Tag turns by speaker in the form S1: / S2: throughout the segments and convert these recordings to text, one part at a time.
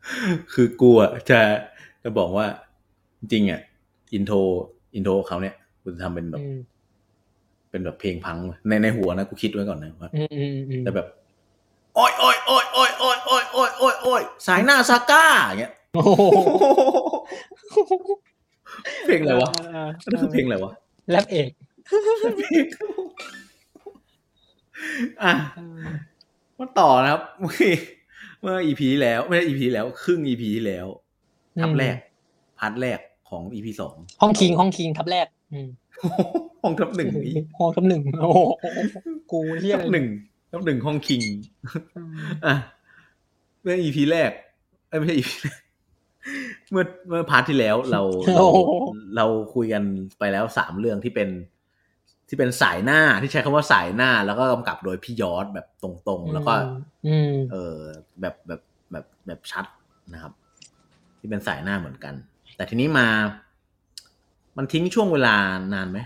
S1: คือกูอ่ะจะจะบอกว่าจริงๆอ่ะอินโทรอินโทรเขาเนี่ยกูจะทำเป็นแบบ
S2: อืม
S1: เป็นแบบเพลงพังเว้ยในในหัวนะกูคิดไว้ก่อนนะว่า
S2: อืมอืมอืม
S1: แต่แบบโอ้ยโอ้ยโอ้ยโอ้ยโอ้ยโอ้ยโอ้ยโอ้ยโอ้ยสายหน้าซาก้าอย่าง เงี้ย
S2: โอ้โห
S1: เพลงอะไรวะ
S2: าา
S1: นั่นคือเพลงอะไรว ะ
S2: แรปเอก
S1: อ่ะ
S2: อ่า
S1: มาต่อนะครับ เมื่อเมื่อ EP ที่แล้วไม่ใช่ EP ที่แล้ว ครึ่ง EP ที่แล้วทับแรกพาร์ทแรกของ EP สอง
S2: ห้องคิงห้องคิงทับแรก อืม
S1: ห้องทับ หนึ่งอี
S2: ห้องทับหนึ่งโอ้โหกูเรียก
S1: ทับหนึ่งทับหนึ่งห้องคิง อ่ะเมื่อ EP แรกเอ้ยไม่ใช่ EP แรก เมื่อเมื่อพาร์ทที่แล้วเราเรา
S2: โอ้โห
S1: เราคุยกันไปแล้วสามเรื่องที่เป็น ที่เป็นสายหน้าที่ใช้คำว่าสายหน้า แล้วก็กำกับโดยพี่ยอดแบบตรงๆ แล้วก็
S2: อืม
S1: เออแบบแบบแบบแบบชัดนะครับ ที่เป็นสายหน้าเหมือนกัน แต่ทีนี้มา มันทิ้งช่วงเวลานานไหม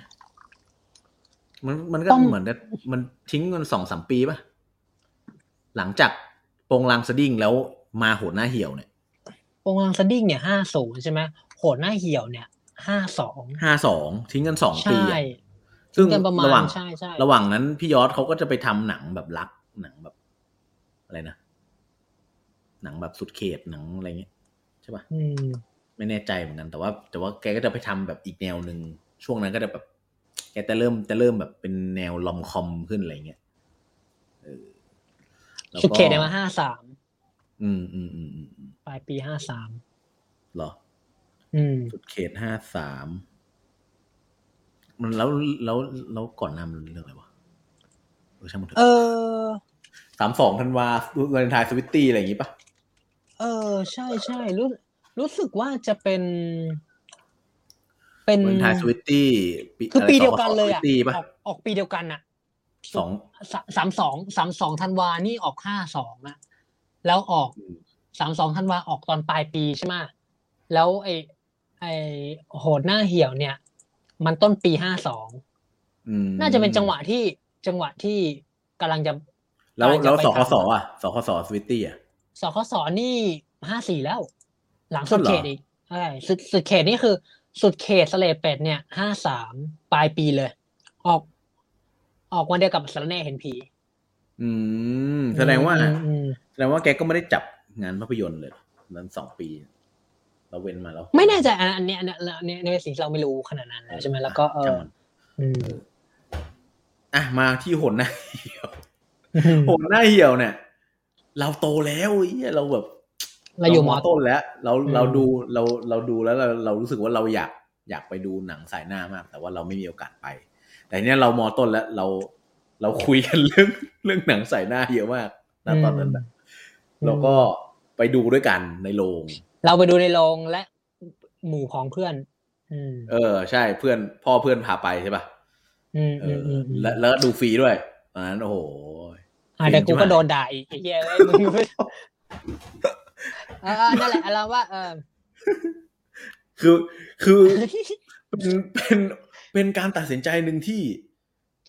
S1: มันมันก็เหมือนกับมันทิ้งกันสองสามปีป่ะ หลังจากโปรงลางสดิ้งแล้วมาโหดหน้าเหี่ยวเนี่ย
S2: ปงวังสดิ้งเนี่ยห้าศูนย์ใช่ไหมโหดหน้าเหี่ยวเนี่ยห้าสอง
S1: ห้าสองทิ้งกันสองปี
S2: ใช่
S1: อะ
S2: ซึ่งกันประมาณ
S1: ระหว่าง
S2: ใช่ใช่
S1: ระหว่างนั้นพี่ยอดเขาก็จะไปทำหนังแบบรักหนังแบบ อะไรนะ หนังแบบสุดเขตหนังอะไรเงี้ยใช่ป่ะ
S2: อืม
S1: ไม่แน่ใจเหมือนกันแต่ว่า แต่ว่าแกก็จะไปทำแบบอีกแนวหนึ่งช่วงนั้นก็จะแบบ แกจะเริ่มจะเริ่มแบบเป็นแนวลอมคอมขึ้นอะไรเงี้ยเออแล้วก็
S2: สุดเขตเนี่ยมาห้าสาม
S1: อืมอืมอืมอืมอืม
S2: ปลายปีห้าสาม
S1: เหรอ
S2: อืม
S1: สุดเขตห้าสามมันแล้วแล้วแล้วก่อนหน้ามันเรื่องอะไรวะเออช่างมันเถ
S2: เอ
S1: อะ
S2: อ
S1: สามสองธันวาวันทายสวิตตี้อะไรอย่างงี้ปะ
S2: เออ ใช่ใช่รู้รู้สึกว่าจะเป็น เป็น
S1: วันทายสวิตตี้
S2: คือปีเดียวกันเลยอ่ะ
S1: สวิตตี้ปะ
S2: ออกออกปีเดียวกันอ่ะ
S1: สอง
S2: สาสามสองสามสองธันวานี่ออกห้าสองอะแล้วออกสามสองธันวาออกตอนปลายปีใช่ไหมะแล้วไอไอโหดหน้าเหี่ยวเนี่ย มันต้นปีห้าสอง
S1: อืม
S2: น่าจะเป็นจังหวะที่จังหวะที่กำลังจะ
S1: แล้วแล้ว
S2: กำลัง
S1: ส
S2: จะ
S1: ค
S2: ไป
S1: ส
S2: ทำ
S1: อ่ะสคสสวิตตี้อ่ะ
S2: สคสนี่ห้าสี่แล้ว หลังสุด
S1: ก็เหรอ
S2: เขตอีกใช่สุดสุดเขตนี่คือ สุดเขตสเลดเป็ดเนี่ยห้าสามปลายปีเลย ออก ออกวันเดียวกับสารแหน่เห็นผี
S1: อืมแสดงว่า
S2: อืมอืม
S1: แสดงว่าแกก็ไม่ได้จับงานภาพยนตร์เลยนั้นสองปี เราเว้นมาแล้ว
S2: ไม่แน่ใจอันอันเนี้ยอันเนี้ยอันเนี้ยในสิ่งที่เราไม่รู้ขนาดนั้นแล้วใช่ไหมแล้วก็เอ
S1: ช่าง
S2: อ
S1: มัน
S2: อืม
S1: อ่ะ มาที่หนหน้าเหี่ยวหนหน้าเหี่ยวเนี่ย เราโตแล้วเหี้ยเราแบบ
S2: เราอยู่หมอต้น
S1: ต้นแล้ว เรา
S2: อืม
S1: เราดูเราเราดูแล้วเราเรารู้สึกว่าเราอยากอยากไปดูหนังสายหน้ามาก แต่ว่าเราไม่มีโอกาสไป แต่เนี้ยเรามอต้นแล้วเรา เราคุยกันเรื่องเรื่องหนังสายหน้าเยอะมากนะตอนนั้นน่ะเราก็ไปดูด้วยกันในโรง
S2: เราไปดูในโรงและหมู่ของเพื่อน อืม
S1: เออ ใช่เพื่อนพ่อเพื่อนพาไปใช่ป่ะ
S2: อืม
S1: เอ
S2: อื
S1: อ
S2: ม
S1: อ
S2: อืมอืม
S1: และแล้วก็ดูฟรีด้วยอันนั้นโอ้โห
S2: อ่ะแต่กูก็โดนด่าอีกไอ้เหี้ยเว้ย มึงไม่เออเออนั่นแหละเราว่าเออ
S1: คือคือเป็นเป็นเป็นการตัดสินใจหนึ่งที่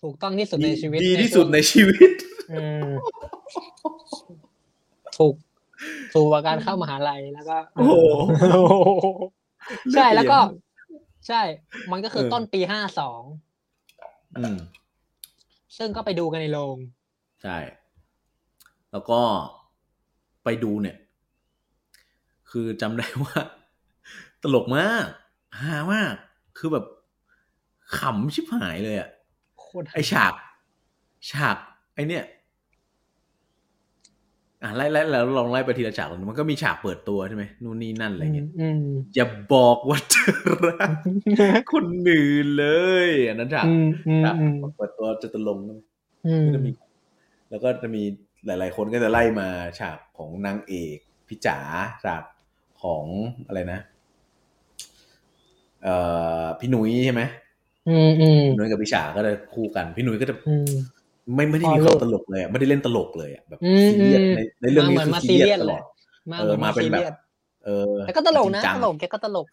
S2: ถูกต้องที่สุดในชีวิต
S1: ดีที่สุดในชีวิต
S2: อืมถูกถูกกว่าการเข้ามหาลัยแล้วก็
S1: โอ้โห
S2: ใช่แล้วก็ ใช่ มันก็คือ
S1: เออ
S2: ต้นปีห้าสอง
S1: อืม
S2: ซึ่งก็ไปดูกันในโรง
S1: ใช่ แล้วก็ไปดูเนี่ย คือจำได้ว่า ตลกมากฮามาก คือแบบขำชิบหายเลยอะ
S2: โคตร
S1: ไอฉากฉาก ไอเนี่ย อ่ะไล่ไล่แล้วลองไล่ไปทีละฉากก่อนมันก็มีฉากเปิดตัวใช่ไหมนู่นนี่นั่นอะไรเงี้ย
S2: อืม
S1: อย่าบอกว่าเธอรักคนอื่นเลยอันนั้นฉาก
S2: อืมอืม
S1: ฉาก
S2: อืม
S1: เปิดตัวจะตลงค์
S2: อืม
S1: ก็จะมี แล้วก็จะมีหลาย ๆ คนก็จะไล่มาฉากของนางเอกพี่จ๋าฉากของอะไรนะ เอ่อพี่หนุ้ยใช่ไหม
S2: อืมอืม
S1: พี่หนุ้ยกับพี่จ๋าก็จะคู่กัน พี่หนุ้ยก็จะ
S2: อืม
S1: ไม่ไม่ได้
S2: อ๋อ
S1: มีความ
S2: ลูก
S1: ตลกเลยอะไม่ได้เล่นตลกเลยอะแบบ
S2: อืม
S1: ซีเรียส
S2: อืม
S1: ในในเรื่องนี้
S2: มาเหมือน
S1: คือ
S2: มา
S1: ซีเรีย
S2: ซีเรีย
S1: ส
S2: ส
S1: ตล
S2: เล
S1: อด
S2: ย มา
S1: เออ
S2: เหมือน
S1: มา
S2: มา
S1: เป็น
S2: ซี
S1: แบบ
S2: เรียส
S1: เออ
S2: แต่ก็ตลก
S1: จริ
S2: นะ
S1: งจัง
S2: ตลกแกก็ตลก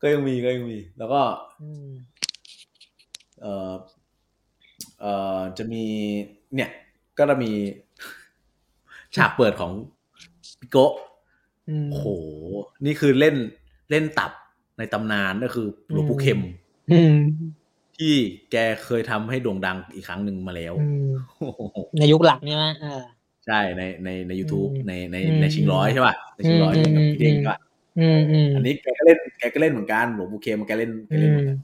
S1: ก็ยังมีก็ยังมี แล้วก็
S2: อืม
S1: เออเออ จะมีเนี่ย ก็จะมี ฉากเปิดของ พี่โกะ
S2: อืม
S1: โอ้โห นี่คือเล่นเล่นตับในตำนานก็คือหลวงปู่เข็ม
S2: อืม
S1: ที่แกเคยทำให้โด่งดังอีกครั้งหนึ่งมาแล้ว
S2: อืม
S1: โอ้โห
S2: ในยุคหลังเนี่ยนะเออ
S1: ใช่ในในใน u t u b e
S2: อืม
S1: ในใน
S2: อืม
S1: ในชิงร้อยใช่ป่ะในชิงร้อย
S2: อืม
S1: กับพี่เด้ง
S2: อืม
S1: ใช่ป่ะ
S2: อืมอืม
S1: อันนี้แกก็เล่นแกก็เล่นเหมือนกันหลวงปู่เข็มแกเล่นแก
S2: อื
S1: เล่นเห
S2: ม
S1: มือนกัน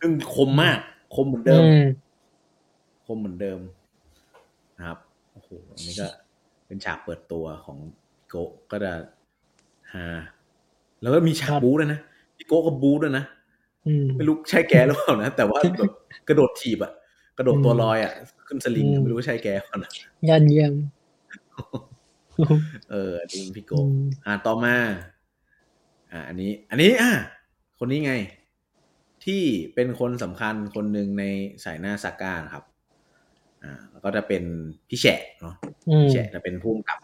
S1: ซึ่งคมมาก คมเหมือนเดิม
S2: อืม
S1: คมเหมือนเดิมนะครับโอ้โหอันนี้ก็เป็นฉากเปิดตัวของพี่โกะก็จะฮาแล้วก็มีฉาก
S2: ครับ
S1: บู๊ด้วยนะพี่โกะก็บู๊ด้วยนะ
S2: อืม
S1: ไม่รู้ใช่แกหรือเปล่านะ แต่ว่า แบบกระโดดถีบอะกระโดดตัวลอยอะขึ้นสลิง
S2: อืม
S1: ไม่รู้ว่าใช่แกเปล่านะ
S2: ยอดเยี่ยม
S1: เอออันนี้พี่โกะ
S2: อืม
S1: อ่าต่อมา อ่า อันนี้ อันนี้อ่ะคนนี้ไง ที่เป็นคนสำคัญคนหนึ่งในสายหน้าซาก้านะครับ อ่า แล้วก็จะเป็นพี่แฉะเนาะ
S2: อืม
S1: แฉะจะเป็นผู้กำกับ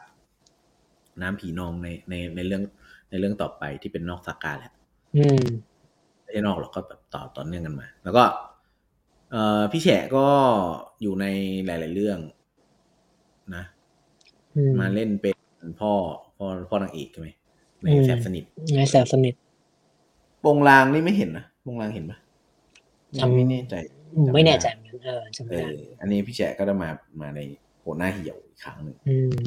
S1: น้ำผีนองในในในเรื่องในเรื่องต่อไปที่เป็นนอกสากาแหละ
S2: อืม
S1: ไม่ใช่นอกหรอกก็แบบต่อต่อเนื่องกันมา แล้วก็เอ่อพี่แฉะก็อยู่ในหลาย ๆ เรื่อง นะ
S2: อืม
S1: มาเล่นเป็นพ่อพ่อพ่อนางเอกใช่ไหมใน
S2: อืม
S1: แสบสนิท
S2: ในแสบสนิท
S1: วงรางนี่ไม่เห็นนะวงรางเห็นปะ
S2: จำ
S1: ไม่แน่ใจ
S2: อืมไม่แน่ใจเหมือนกันเออจำ
S1: เอ
S2: ไม่ได้
S1: อ อันนี้พี่แฉะก็จะมามาในโหดหน้าเหี่ยวอีกครั้งหนึ่ง
S2: อืม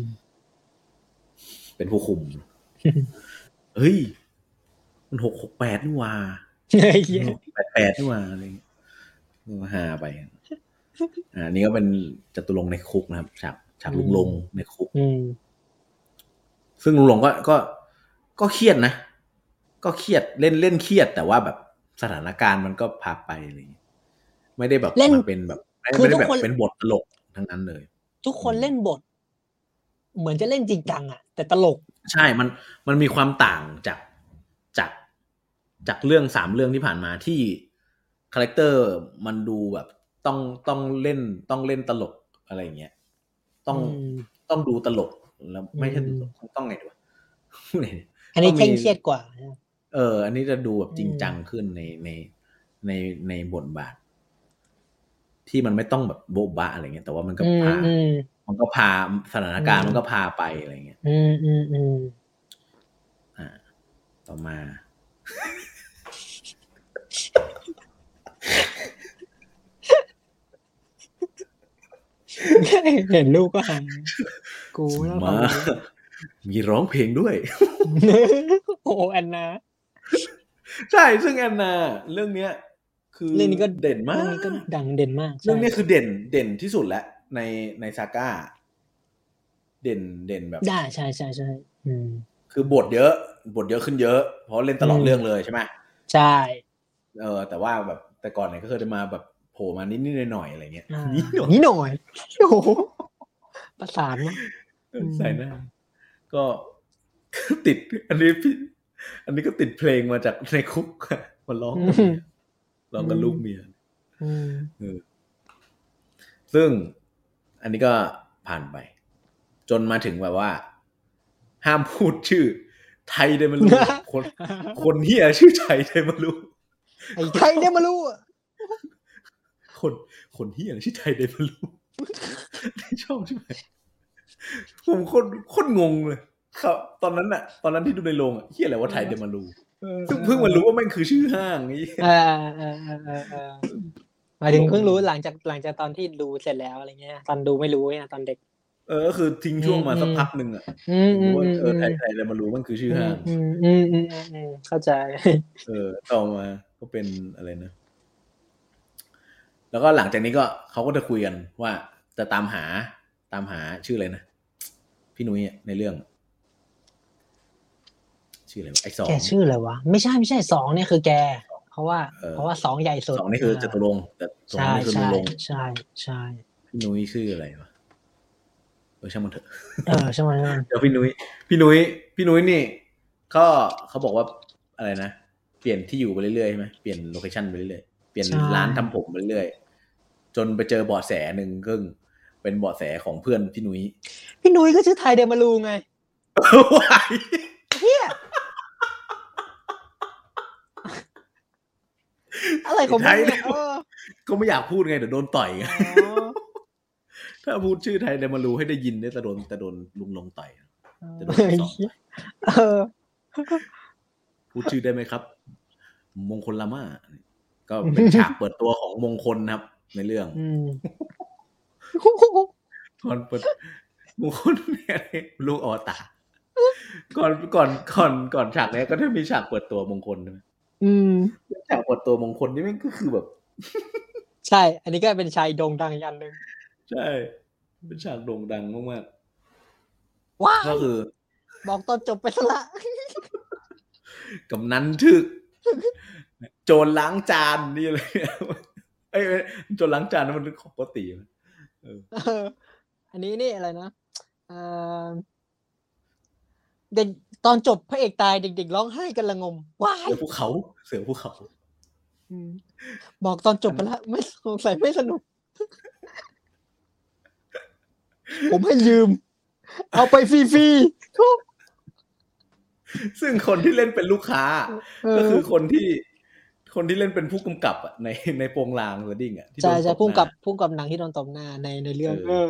S1: เป็นผู้คุม เฮ้ย มันหกหกแปดนี่หว่า แปดแปดนี่หว่าอะไรเงี้ยก็หาไป อ่าอันนี่ก็เป็นจตุรงค์ในคุกนะครับ ฉากฉากลุงลงในคุก
S2: อืม
S1: ซึ่งลุงลงก็ก็ก็เครียดนะ ก็เครียดเล่นเล่นเครียด แต่ว่าแบบสถานการณ์มันก็พาไปอะไรเงี้ยไม่ได้แบบ
S2: เล่น
S1: มันเป็นแบบไม่
S2: คือ
S1: ไม่ได้
S2: ทุก
S1: แบบ
S2: คน
S1: เป็นบทตลกทั้งนั้นเลย
S2: ทุกคนเล่นบท เหมือนจะเล่นจริงจังอ่ะ แต่ตลก
S1: ใช่ มัน มันมีความต่างจาก จาก จากเรื่องสามเรื่องที่ผ่านมาที่คาแรคเตอร์มันดูแบบต้องต้องเล่นต้องเล่นตลกอะไรอย่างเงี้ย ต้อง
S2: อืม
S1: ต้องดูตลกแล้วไม่ใช่
S2: อื
S1: ดู
S2: ม
S1: ตลกต้องไงดีวะ
S2: อันนี้
S1: ต้องมี
S2: เคร่งเครียดกว่า
S1: เออ อันนี้จะดูแบบจริง
S2: อืม
S1: จังขึ้นในในในในบทบาท ที่มันไม่ต้องแบบโบ๊ะบะอะไรเงี้ยแต่ว่ามันก็
S2: อืม
S1: พา
S2: อืม
S1: มันก็พาสถานการณ์
S2: อืม
S1: มันก็พาไปอะไรเงี้ย
S2: อืมอืมอื ม
S1: อ่า ต่อมา
S2: เห็นลูกก็ หายกูแล้ว
S1: มา มีร้องเพลงด้วย
S2: โอ้ แอนนา
S1: ใช่ ซึ่งแอนนาเรื่องเนี้ย คือ
S2: เรื่องนี้ก็
S1: เด่นมาก
S2: เรื่องนี้ก็ดังเด่นมาก
S1: เรื่องเนี้ย
S2: ใช่
S1: คือเด่นเด่นที่สุดแล้วในในซาก้า เด่นเด่นแบบ
S2: ได้ใช่ใช่ใช่อืม
S1: คือบทเยอะ บทเยอะขึ้นเยอะ เพราะเล่นตลอด
S2: อืม
S1: เรื่องเลยใช่ไหม
S2: ใช่
S1: เออ แต่ว่าแบบแต่ก่อนเนี่ยก็เคยจะมาแบบโผล่มานิดนิดๆหน่อยๆอะไรเงี้ย
S2: อ่า
S1: นิดหน่อย
S2: นี่หน่อยโอ้โหประสานนะ อืม
S1: ใส่หน้า ก็ ติด อันนี้พี่ อันนี้ก็ติดเพลงมาจากในคุกมาร้องกับเมียร้องกับลูกเมีย
S2: อืม
S1: ซึ่งอันนี้ก็ผ่านไป จนมาถึงแบบว่า ห้ามพูดชื่อ ไทยได้ไม่รู้ คนคนเฮียชื่อไทยได้ไม่รู้
S2: ไอ้ใครเนี่ยไมารู้อะ
S1: คนคนเฮียชื่อไทยได้ไม่ รู้ ชอบใช่ไหมผมโคตรโคตรงงเลยครับ ตอนนั้นอะตอนนั้นที่ดูในโรงอะเฮียอะไรว่าไทยเดมารูเพิ่งเพิ่งมารู้ว่าแม่งคือชื่อห้างนี่
S2: เออเออเออเออเออหมายถึงเพิ่งรู้หลังจากหลังจากตอนที่ดูเสร็จแล้วอะไรเงี้ย ตอนดูไม่รู้เนี่ยตอนเด็ก
S1: เออก็คือทิ้งช่วงมาสักพักหนึ่งอะ
S2: อืมอื
S1: รู้
S2: ม
S1: ว่า
S2: อืม
S1: เอ
S2: อื
S1: อ
S2: ม
S1: ไทยไทยเดมารูมันคือชื่อห้าง
S2: อืมอืมอืมอืมอืมเข้าใจ
S1: เออต่อมาก็เป็นอะไรนะ แล้วก็หลังจากนี้ก็เขาก็จะคุยกันว่าจะตามหาตามหาชื่ออะไรนะ พี่นุ้ยอะในเรื่อง ชื่ออะไรวะไอ้สอง
S2: แกชื่ออะไรวะ ไม่ใช่ไม่ใช่สองเนี่ยคือแก เพราะว่า
S1: เออ
S2: เพราะว่าสองใหญ่สุด
S1: สองนี่คือจตุรงค์แต่สองนี่คื
S2: ใช่
S1: อลุ
S2: ใช่
S1: งลง
S2: ใช่ใช่
S1: พี่นุ้ยชื่ออะไรวะเออช่างมันเถอะ
S2: เออใช่ไหมใช่ไหม
S1: เดี๋ยวพี่นุ้ยพี่นุ้ยพี่นุ้ยนี่ก็เขาบอกว่าอะไรนะเปลี่ยนที่อยู่ไปเรื่อยๆใช่ไหมเปลี่ยนโลเคชั่นไปเรื่อยๆเปลี่ยนร้านทำผมไปเรื่อยๆจนไปเจอเบาะแสหนึ่งซึ่งเป็นเบาะแสของเพื่อนพี่นุ้ย
S2: พี่นุ้ยก็ชื่อไทยเดมารูไง เฮียอะไรของมึงเนี่ยเออ
S1: ก็ไม่อยากพูดไงเดี๋ยวโดนต่อยไงถ้าพูดชื่อไทยเดมารูให้ได้ยินเนี่ยจะโดนจะโดนลุงลงต่อย จะโดนสอบ
S2: เออ
S1: พูดชื่อได้ไหมครับ มงคลลาม่าก็เป็นฉากเปิดตัวของมงคลนะครับ ในเรื่อง
S2: อืม
S1: ก่อนเปิดมงคลเนี่ยลูกอวตารก่อนก่อนก่อนก่อนฉากเนี้ยก็จะมีฉากเปิดตัวมงคลนะ
S2: อืม
S1: ฉากเปิดตัวมงคลนี่แมันก็คือแบบ
S2: ใช่ อันนี้ก็เป็นชายโด่งดังอีกอันหนึ่ง
S1: ใช่ เป็นฉากโด่งดังมาก
S2: ว้า
S1: ๆก็คือ
S2: บอกตอนจบไปซะละ
S1: กำนันถึก โจรล้างจานนี่เลยเอ้ยเอ้ยโจรล้างจานนั้นมันของปกตินะเออ
S2: เอออันนี้นี่อะไรนะเอ่อเด็กตอนจบพระเอกตายเด็กๆร้องไห้กันละงมว้าย
S1: เสือภูเขา เสือภูเขา
S2: อืมบอกตอนจบไปแล้วไม่สงสัยไม่สนุก ผมให้ยืม เอาไปฟรีๆทุก
S1: ซึ่งคนที่เล่นเป็นลูกค้า
S2: เอ
S1: ก็
S2: อ
S1: คือคนที่ คนที่เล่นเป็นผู้กำกับอะในในโปรงลางเรดดิ้งอะที่โดน
S2: ใช่ใช่
S1: ตบหน้า
S2: พุ่งกับพุ่งกับหนังที่โดนตบหน้าในในเรื่อง
S1: เอ
S2: เอ
S1: อ
S2: อ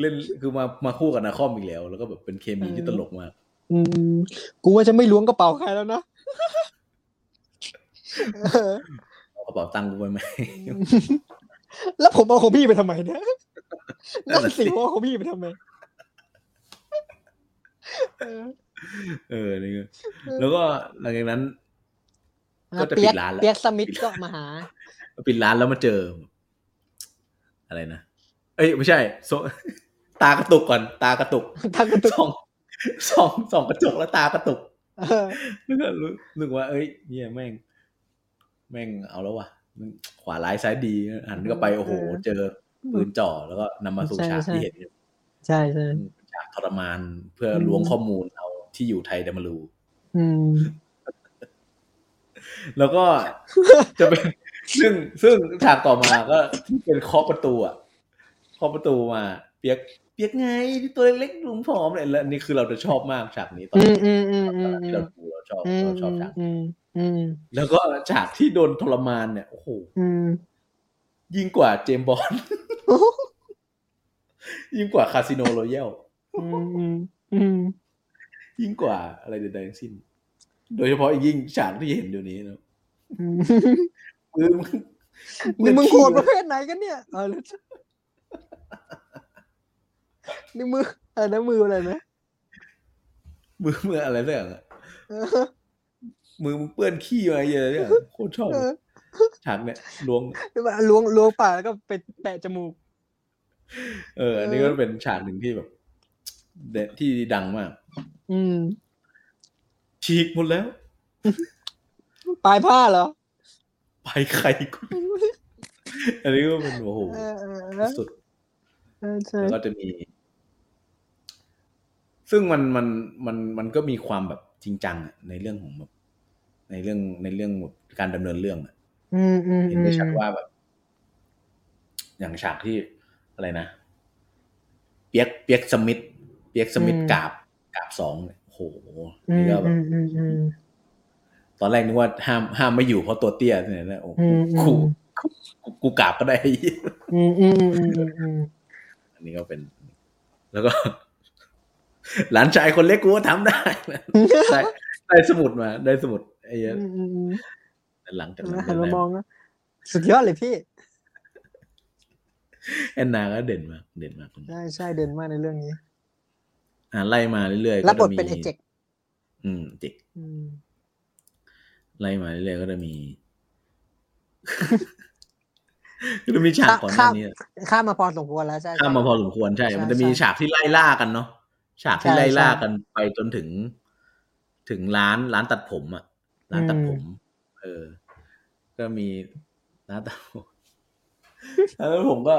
S1: เล่นคือมามาคู่กับนาคอมอีกแล้ว แล้วก็แบบเป็นเคมีที่
S2: เอ
S1: ต
S2: อ
S1: ลกมาก
S2: อืมกูว่าจะไม่ล้วงกระเป๋าใครแล้วนะเออ
S1: เอากระเป๋าตังค์กูไปไหม
S2: แล้วผมเอาของพี่ไปทำไมเนี่ย
S1: นั่
S2: นั่
S1: น
S2: น
S1: น่ะสิ
S2: สิผมเอาของพี่ไปทำไมเออ
S1: เออนี่ก็แล้วก็หลังจากนั้น ก็จะปิดร้านแล้ว
S2: เปียกสมิธก็มาหา
S1: ปิดร้านแล้วมาเจอ อะไรนะ เอ้ยไม่ใช่โซ ตากระตุกก่อน ตาก ระตุก
S2: ทางกระตุก
S1: ส่องส่องส่องกระจกแล้วตากระตุก
S2: เออ
S1: แล้วก็รู้นึกว่า เอ้ยเนี่ยแม่ง แม่งเอาแล้ววะมันขวาร้ายซ้ายดีหันก็ไปโอ้โห เจอปืนจ่อแล้วก็นำมาสู่ฉากที่เห็นเนี่ย
S2: ใช่ใช่
S1: ฉากทรมานเพื่ออ
S2: ม
S1: ล้วงข้อมูลเราที่อยู่ไทยเดมารู
S2: อืม
S1: แล้ว ก็ จะเป็นซึ่งซึ่งฉากต่อมาก็เป็นเคาะประตูอะเคาะประตูมา เปียก เปียกไงที่ตัวเล็กๆหลุมผอมเลยแล้วอันนี่คือเราจะชอบมากฉากนี้ตอนที่
S2: อืมอืมอืมอืมอื
S1: เรา
S2: ม
S1: ดูเราชอบ
S2: อืม
S1: เราชอบฉาก
S2: อืมอืม
S1: แล้วก็ฉากที่โดนทรมานเนี่ยโอ้โห
S2: อืม
S1: ยิ่งกว่าเจมส์บอ ล ยิ่งกว่าคาสิโนโรยัล
S2: อืมอืมอืม
S1: ยิ่งกว่าอะไรใดๆทั้งสิ้น โดยเฉพาะยิ่งฉากที่เห็นเดี๋ยวนี้นะ
S2: อืม
S1: มือมึง
S2: นี่มึงโหดประเภทไหนกันเนี่ยเออแล้วนี่มืออะไรนะมืออะไรนะ
S1: มือมืออะไรสักอย่างอะ
S2: เออ
S1: มือมึงเปื้อนขี้มาเยอะเนี่ยโคตรชอบ
S2: เออ
S1: ฉากเนี่ยล้วง
S2: หรือว่าล้วงล้วงปากแล้วก็ไปแปะจมูก
S1: เออ อันนี้ก็เป็นฉากหนึ่งที่แบบเดที่ดังมาก
S2: อืม
S1: ฉีกหมดแล้ว
S2: ปลายผ้าเหรอ
S1: ไปใครกูอันนี้ก็เป็นโอ้โห
S2: เออเออเออ
S1: สุด
S2: เออใช่
S1: แล้วก็จะมี ซึ่งมันมันมันมันก็มีความแบบจริงจังอะในเรื่องของแบบในเรื่องในเรื่องแบบการดำเนินเรื่องอะ
S2: อืมอืม
S1: เห็น
S2: อื
S1: ได้
S2: ม
S1: ชัดว่าแบบ อย่างฉากที่อะไรนะเปียกเปียกสมิธเปียกสมิธกราบกราบสองเนี่ยโอ้โห
S2: อื
S1: นี่
S2: ม
S1: ก็แบบ
S2: อืมอืมอืม
S1: ตอนแรกนึกว่าห้ามห้ามไม่อยู่เพราะตัวเตี้ยเนี่ยนะโอ้โห
S2: อืมอืม
S1: กูกูกูกราบก็ได้
S2: อืมอืมอืมอืมอืม
S1: อันนี้ก็เป็น แล้วก็ หลานชายคนเล็กกูก็ทำได้ ได้ ได้สมุดมา ได้สมุดไอ้เหี้ย
S2: อืมอืมอืม
S1: แต่หลังจากนั้น
S2: หัน
S1: ได้
S2: มามองนะสุดยอดเลยพี่
S1: แอนนาก็เด่นมากเด่นมากคนนี้
S2: ใช่ใช่เด่นมากในเรื่องนี้
S1: อ่าไล่มาเรื่อยๆ
S2: รับบ
S1: ก็
S2: ท
S1: จะมี
S2: เป็นเอเจก
S1: อืมเจก
S2: อืม
S1: ไล่มาเรื่อยๆก็จะ มี ก็จะมีฉาก
S2: ข้าม
S1: ก่อนหน้านี้
S2: ข้ามมาพอสมควรแล้วใช่ใช่
S1: ข้ามมาพอสมควรใช่
S2: ใช่
S1: มันจะมี
S2: ใช่
S1: ฉากที่ไล่ล่ากันเนาะฉากที่
S2: ใช่
S1: ไล่ล่า
S2: ใช่
S1: กันไปจนถึง ถึงร้านร้านตัดผมอะร้านตัดผม เออ ก็มีร้านตัดผม แล้วผมก็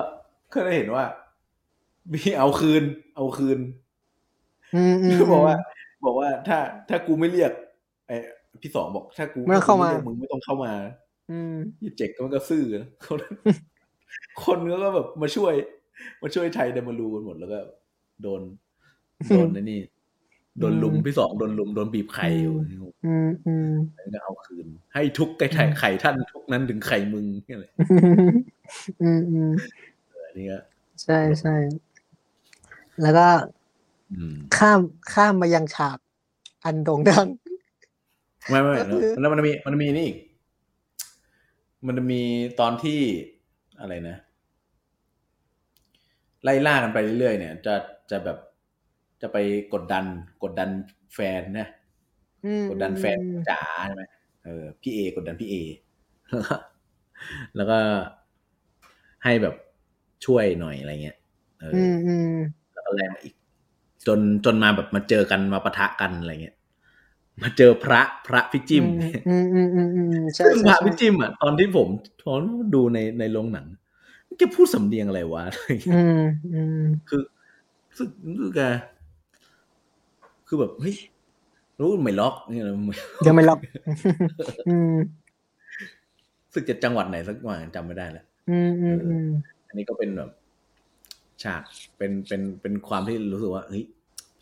S1: ก็ได้เห็นว่า มีเอาคืน เอาคืน
S2: อืมอืม
S1: บอกว่า บอกว่าถ้าถ้ากูไม่เรียกไอ้พี่สองบอก ถ้ากู
S2: ไม่ต้องเข้ามา
S1: ถ้กูไรียกงไม่ต้องเข้ามา
S2: อืม
S1: ยี่เจ็กก็มันก็ซื่อนะ คนคนก็แบบมาช่วย มาช่วยไทยเดมารูกันหมดแล้วก็ โดน โด นไอ้นี่ โดนลุมพี่สองโดนลุมโดนบีบไข่อยู่
S2: อืมอืม
S1: แล้วก็เอาคืน ให้ทุกไก่ไข่
S2: อืม
S1: ไข่ท่านทุกนั้นถึงไข่มึงนี่อะไร
S2: อืมอืม
S1: อันนี้ก็
S2: ใช่ใช่ แล้วก็
S1: อืม
S2: ข้ามข้ามมายังฉากอันโด่งดัง
S1: ไม่ไม่
S2: ก็
S1: แล้ว
S2: คือ
S1: แล้วมันมีมันมีนี่อีกมันจะมีตอนที่อะไรนะ ไล่ล่ากันไปเรื่อยๆเนี่ย จะจะแบบจะไปกดดัน กดดันแฟนนะ
S2: อืม
S1: กดดันแฟนจ๋าใช่ไหมเออพี่เอกดดันพี่เอ แล้วก็แล้วก็ให้แบบช่วยหน่อยอะไรเงี้ยเอออ
S2: อืมอืม
S1: แล้วก็แรงมาอีก จนจนมาแบบมาเจอกันมาปะทะกันอะไรเงี้ยมาเจอพระพระพิจิม
S2: อืมอืมอืมอืมใช่
S1: ซึ่งพระ
S2: ใช่ใช่
S1: พิจิมอ่ะตอนที่ผมตอนดูในในโรงหนังแกพูดสำเนียงอะไรวะ
S2: อืมอืม
S1: คือรู้สึกรู้สึกแกคือแบบเฮ้ยรู้ไม่ล็อกนี่อะไรไม่
S2: เดี๋ยวไม่ล็อก อืม
S1: รู้สึกจะจังหวัดไหนสักหวังจำไม่ได้แล้ว
S2: อืมอืมอืม
S1: อันนี้ก็เป็นแบบ ฉากเป็นเป็นเป็นความที่รู้สึกว่าเฮ้ย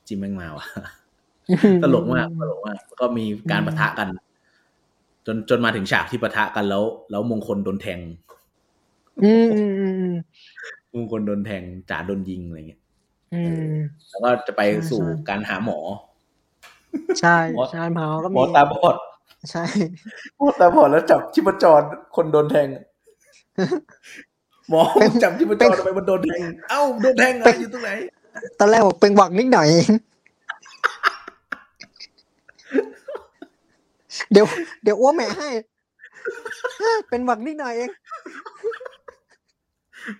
S1: จิมแม่งมาว่ะ ตลกมากตลกมากแล้วก็มีการปะทะกัน จนจนมาถึงฉากที่ปะทะกันแล้ว แล้วมงคลโดนแทง
S2: อืมอืมอืม
S1: มงคลโดนแทงจ๋าโดนยิงอะไรเงี้ย
S2: อืม
S1: แล้วก็จะไป
S2: ใช่
S1: สู่
S2: ใช่
S1: การหาหมอ
S2: ใช่
S1: หมอ
S2: ใช่หมอก็
S1: หม
S2: มี
S1: อตาบอด
S2: ใช่
S1: หมอตาบอดแล้วจับชิปจรคนโดนแทง หมอ
S2: เป็น
S1: จับชิปจ
S2: เป็
S1: ร
S2: น
S1: ทำไมมันโดนแทง เอ้าโดนแทงอะไร
S2: เป็น
S1: อยู่ตรงไหน
S2: ตอนแรกบอกเป็นหวักนิดหน่อย เดี๋ยว เดี๋ยวอ้วแม่ให้ เป็นหวักนิดหน่อยเอง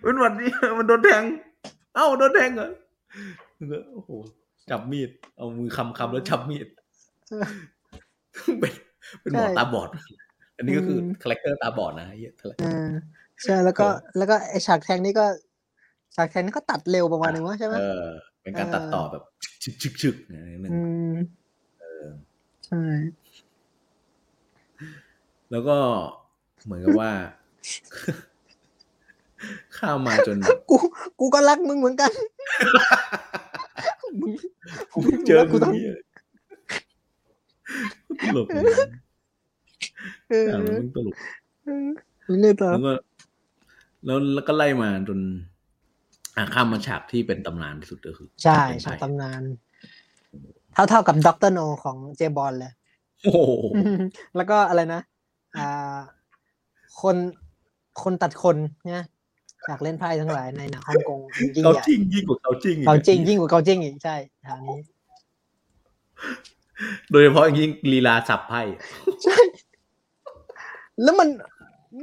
S1: เป็นวันนี้ มันโดนแทง เอ้าโดนแทงเหรอมันก็โอ้โห จับมีด เอามือคำคำแล้วจับมีด
S2: เออ
S1: เป็น เป็นหมอ
S2: ใช่
S1: ตาบอด อันนี้ก็คืออ
S2: ม
S1: คาแรคเตอร์ตาบอดนะเหี้ย
S2: เออใช่แล้วก็ แล้วก็ไอฉากแทงนี่ก็ฉากแทงนี่ก็ตัดเร็วประมาณนึงวะใช่ไหม
S1: เออ เป็นการตัดต่อแบบ ชึกชึกชึกนะนิดนึง
S2: อืมใช่
S1: แล้วก็ เหมือนกับว่า ข้ามมาจนแบบ
S2: กูกูก็รักมึงเหมือนกัน มึง
S1: กูเพิ่งเจอ
S2: กู
S1: กู
S2: ต้อง
S1: เหี้ย ตลกเลย
S2: เออ
S1: อ่ะมันตลก
S2: มึงเล่นต่อ
S1: แล้วก็แล้วแล้วก็ไล่มาจน อ่ะข้ามมาฉากที่เป็นตำนานที่สุดก็คือ
S2: ใช่
S1: เป็น
S2: ฉาก
S1: ไทย
S2: ตำนาน เท่าเท่าๆกับด็อกเตอร์โนของเจบอลเลย
S1: โอ้โห
S2: แล้วก็อะไรนะ อ่า คนคนตัดคนนะฉากเล่นไพ่ทั้งหลายในหนังฮ่องกงยิ่ง
S1: เกา
S2: ใหญ่
S1: จริงยิ่งกว่าเกาจริงอีก
S2: เกาจริงยิ่งกว่าเกาจริงอีกใช่ฉากนี้
S1: โดยเฉพาะอย่างยิ่งลีลาสับไพ่
S2: ใช่ แล้วมัน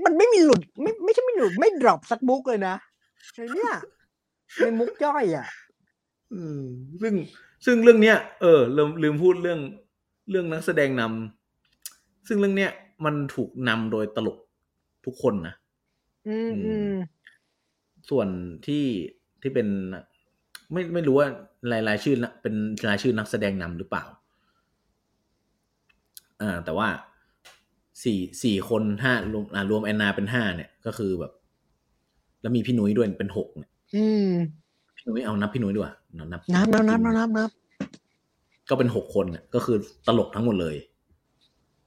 S2: มันไม่มีหลุด ไม่ไม่ใช่ไม่หลุด ไม่ดรอปสักมุกเลยนะไอ้เนี่ยเป็นมุกย่อยอ่ะ
S1: อืมซึ่งซึ่งเรื่องเนี้ยเออลืมลืมพูดเรื่องเรื่องนักแสดงนำซึ่งเรื่องเนี้ยมันถูกนำโดยตลกทุกคนนะ
S2: อืมอืม
S1: ส่วนที่ที่เป็นไม่ไม่รู้ว่ารายรายชื่อนะเป็นรายชื่อนักแสดงนำหรือเปล่าอ่าแต่ว่าสี่สี่คนห้ารวมอ่ารวมแอนนาเป็นห้าเนี่ย ก็คือแบบ แล้วมีพี่นุ้ยด้วยเป็นหกเนี่ย
S2: อืม
S1: พี่นุ้ยเอานับพี่นุ้ยดีกว่านับนับ
S2: นับนับนับนับนับนับ
S1: ก็เป็นหกคนเนี่ยก็คือตลกทั้งหมดเลย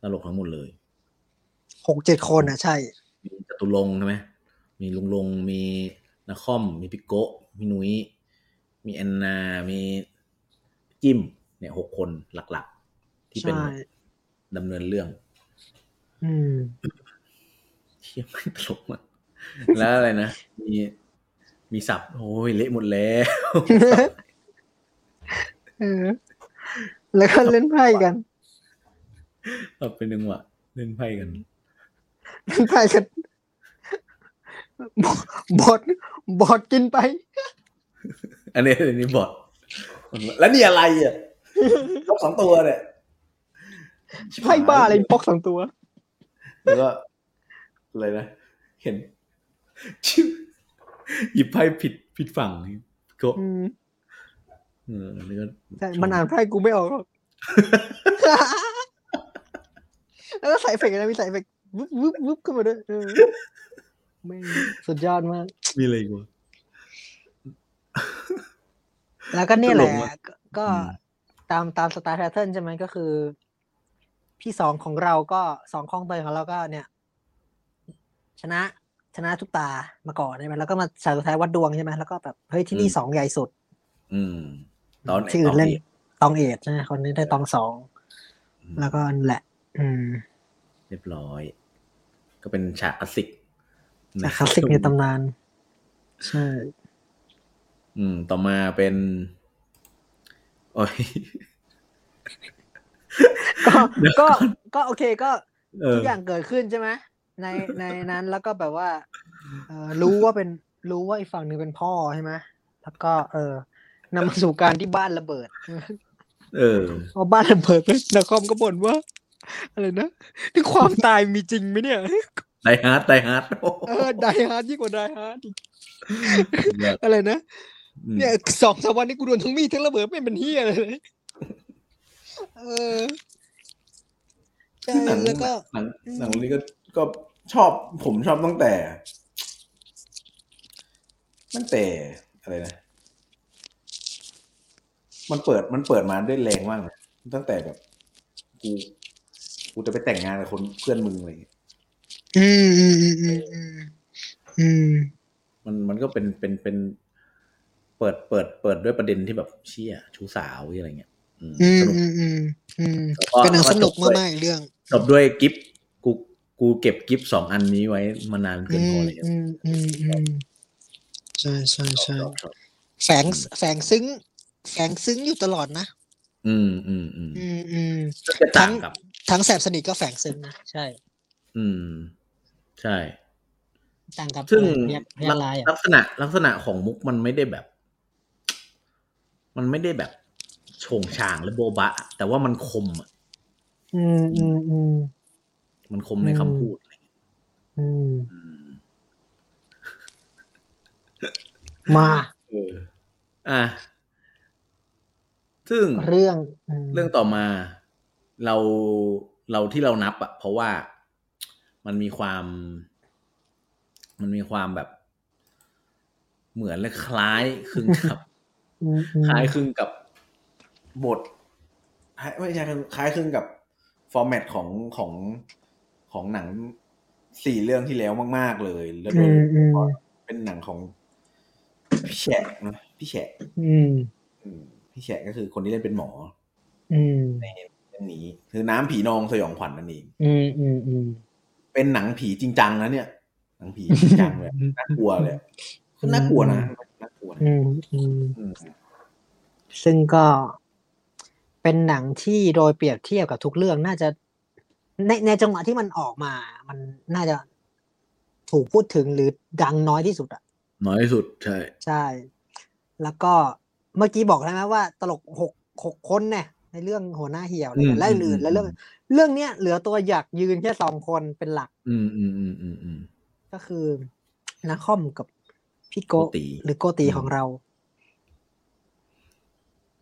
S1: ตลกทั้งหมดเลย
S2: หกเจ็ดคนอ่ะ ใช่
S1: มีจตุรงค์ใช่ไหม มีลุงลง มีนาคอม มีพิโกะ มีนุ้ย มีแอนนา มีจิม เนี่ยหกคนหลักๆ ที่เป็น
S2: ใช่
S1: ดำเนินเรื่อง
S2: อืม
S1: เที่ยไม่งตลกมากแล้วอะไรนะ มีมีสับ โอ้ยเละหมดแล้ว
S2: เออ แล้วก็เล่นไพ่กัน
S1: เอาเป็นจังหวะเล่นไพ่กัน
S2: เล่นไพ่กันบอดบอดกินไป
S1: อันนี้อันนี้บอดแล้วนี่อะไรอ่ะ ยกสองตัวเนี่ย
S2: ไพ่บ้าอะไรปอกสองตัว
S1: แล้วก็อะไรนะ เห็นชิบหยิบไพ่ผิดผิดฝั่งก็
S2: อืม
S1: เอออันนี้ก็
S2: ใช่มันอ่านไพ่กูไม่ออกหรอก แล้วก็ใส่เฟกนะมีใส่เฟกวึบวึบวึบขึ้นมาด้วยเออแม่งสุดยอดมาก
S1: มีอะไรอีกวะ
S2: แล้วก็เนี่ยแห
S1: ตล
S2: ละ
S1: กว่ะ
S2: ก็ก็
S1: อืม
S2: ตามตามสไตล์แพทเทิร์นใช่ไหมก็คือ พี่สองของเราก็สองคลองเตยของเราก็เนี่ย ชนะชนะทุกตามาก่อนใช่ไหมแล้วก็มาสายสุดท้ายวัดดวงใช่ไหมแล้วก็แบบเฮ้ยที่นี่สองใหญ่สุด
S1: อืม ตอนไหน
S2: ชื่อ
S1: ตอน
S2: เล่น
S1: นี้
S2: ตองเอ็ดนะคนนี้ได้ตองสอง
S1: อืม
S2: แล้วก็นั่นแหละ อืม
S1: เรียบร้อย ก็เป็นฉากคลาสสิก
S2: แต่คลาสสิกในตำนาน ใช่
S1: อืม ต่อมาเป็น โอ้ย
S2: ก็ก็ก็โอเคก็
S1: เออ
S2: ทุกอย่างเกิดขึ้นใช่ไหมในในนั้นแล้วก็แบบว่าเอ่อรู้ว่าเป็นรู้ว่าอีกฝั่งหนึ่งเป็นพ่อใช่ไหมแล้วก็เออนำมาสู่การที่บ้านระเบิด
S1: เออ
S2: พอบ้านระเบิดปุ๊บนาคอมก็บ่นว่า อะไรนะที่ความตายมีจริงไหมเนี่ย
S1: ไดฮาร์ดไดฮาร์ดโอ้โห
S2: เออไดฮาร์ดยิ่งกว่าไดฮาร์ด
S1: สุดยอด
S2: อะไรนะ
S1: อืม
S2: เนี่ยสองสามวันนี้กูโดนทั้งมีดทั้งระเบิดไม่เป็นเฮียอะไรเลยเออใช่
S1: หนัง
S2: แล้วก็
S1: หนังหนังเรื่องนี้ก็ก็ชอบผมชอบตั้งแต่ ตั้งแต่อะไรนะ มันเปิดมันเปิดมาด้วยแรงมากเลยตั้งแต่แบบกูกูจะไปแต่งงานกับคนเพื่อนมึงอะไรอย่างเงี้ย
S2: อืมอืมอืมอืมอืมอืม
S1: มันมันก็เป็นเป็นเป็น เปิดเปิด เปิดด้วยประเด็นที่แบบเชี่ยชู้สาวหรืออะไรเงี้ยอืม
S2: อื
S1: ส
S2: ม
S1: นุก
S2: อืมอืมอืม
S1: แล้วก็
S2: เป็นหนังสนุก
S1: แล้วก็จบด้วย
S2: มากๆอีกเรื่อง
S1: จบด้วยกิฟต์กูกูเก็บกิฟต์สองอันนี้ไว้มานานเกิ
S2: อื
S1: นพอ
S2: ม
S1: เลย
S2: อืมอืมอืมใช่ใช่
S1: ช
S2: ใช่
S1: อบชอบ
S2: แฝงแฝงซึ้ง แฝงซึ้งอยู่ตลอดนะ
S1: อืมอืมอืม
S2: อืมอืม
S1: จะต่างกับ
S2: ทั้งแสบสนิทก็แฝงซึ้งนะใช่
S1: อืม ใช่
S3: ต่างกับ
S1: ซึ่ง
S3: พยักพยักลายอ่ะ
S1: ลักษณะลักษณะของมุกมันไม่ได้แบบ มันไม่ได้แบบโฉงฉางหรือโบบะ แต่ว่ามันคมอะ
S2: อืมอืมอืม
S1: มันคมใน
S2: อืม
S1: คำพูดอะไรอย่างเงี้ย
S2: อืม
S1: อืม
S2: มา
S1: เอออ่ะซึ่ง
S2: เรื่องอืม
S1: เรื่องต่อมาเราเราที่เรานับอะเพราะว่ามันมีความ มันมีความแบบ เหมือนและคล้ายคลึงกับ
S2: อืมอืม
S1: คล้ายคลึงกับบทไม่ใช่คล้ายคลึงกับฟอร์แมตของของของหนังสี่เรื่องที่แล้วมาก ๆ เลย แล้วโด
S2: อื
S1: ย
S2: มอืม
S1: เป็นหนังของพี่แฉะนะพี่แฉะ
S2: อืม
S1: อืมพี่แฉะก็คือคนที่เล่นเป็นหมอ
S2: อืม
S1: เรื่องนี้คือน้ำผีนองสยองขวัญนั่นเอง
S3: อืมอืมอืม
S1: เป็นหนังผีจริงจังนะเนี่ย หนังผีจริงจังเลยน่ากลัวเลยคือน่ากลัวนะน่ากลัวนะ
S2: อืมอืม
S1: อืม
S2: ซึ่งก็เป็นหนังที่โดยเปรียบเทียบกับทุกเรื่องน่าจะในในจังหวะที่มันออกมา มันน่าจะถูกพูดถึงหรือดังน้อยที่สุดอะ
S1: น้อยที่สุดใช่
S2: ใช่ แล้วก็เมื่อกี้บอกใช่ไหมว่า ตลกหกหกคนเนี่ยในเรื่องหัวหน้าเหี่ยวอะไรเงี้ยและอื่นๆและเรื่อง เรื่องเนี้ยเหลือตัวอยากยืนแค่สองคนเป็นหลัก
S1: อืมอืมอืมอืมอืม
S2: ก็คือนาคอมกับพี่โก
S1: โกติ
S2: หรือโกตีของเรา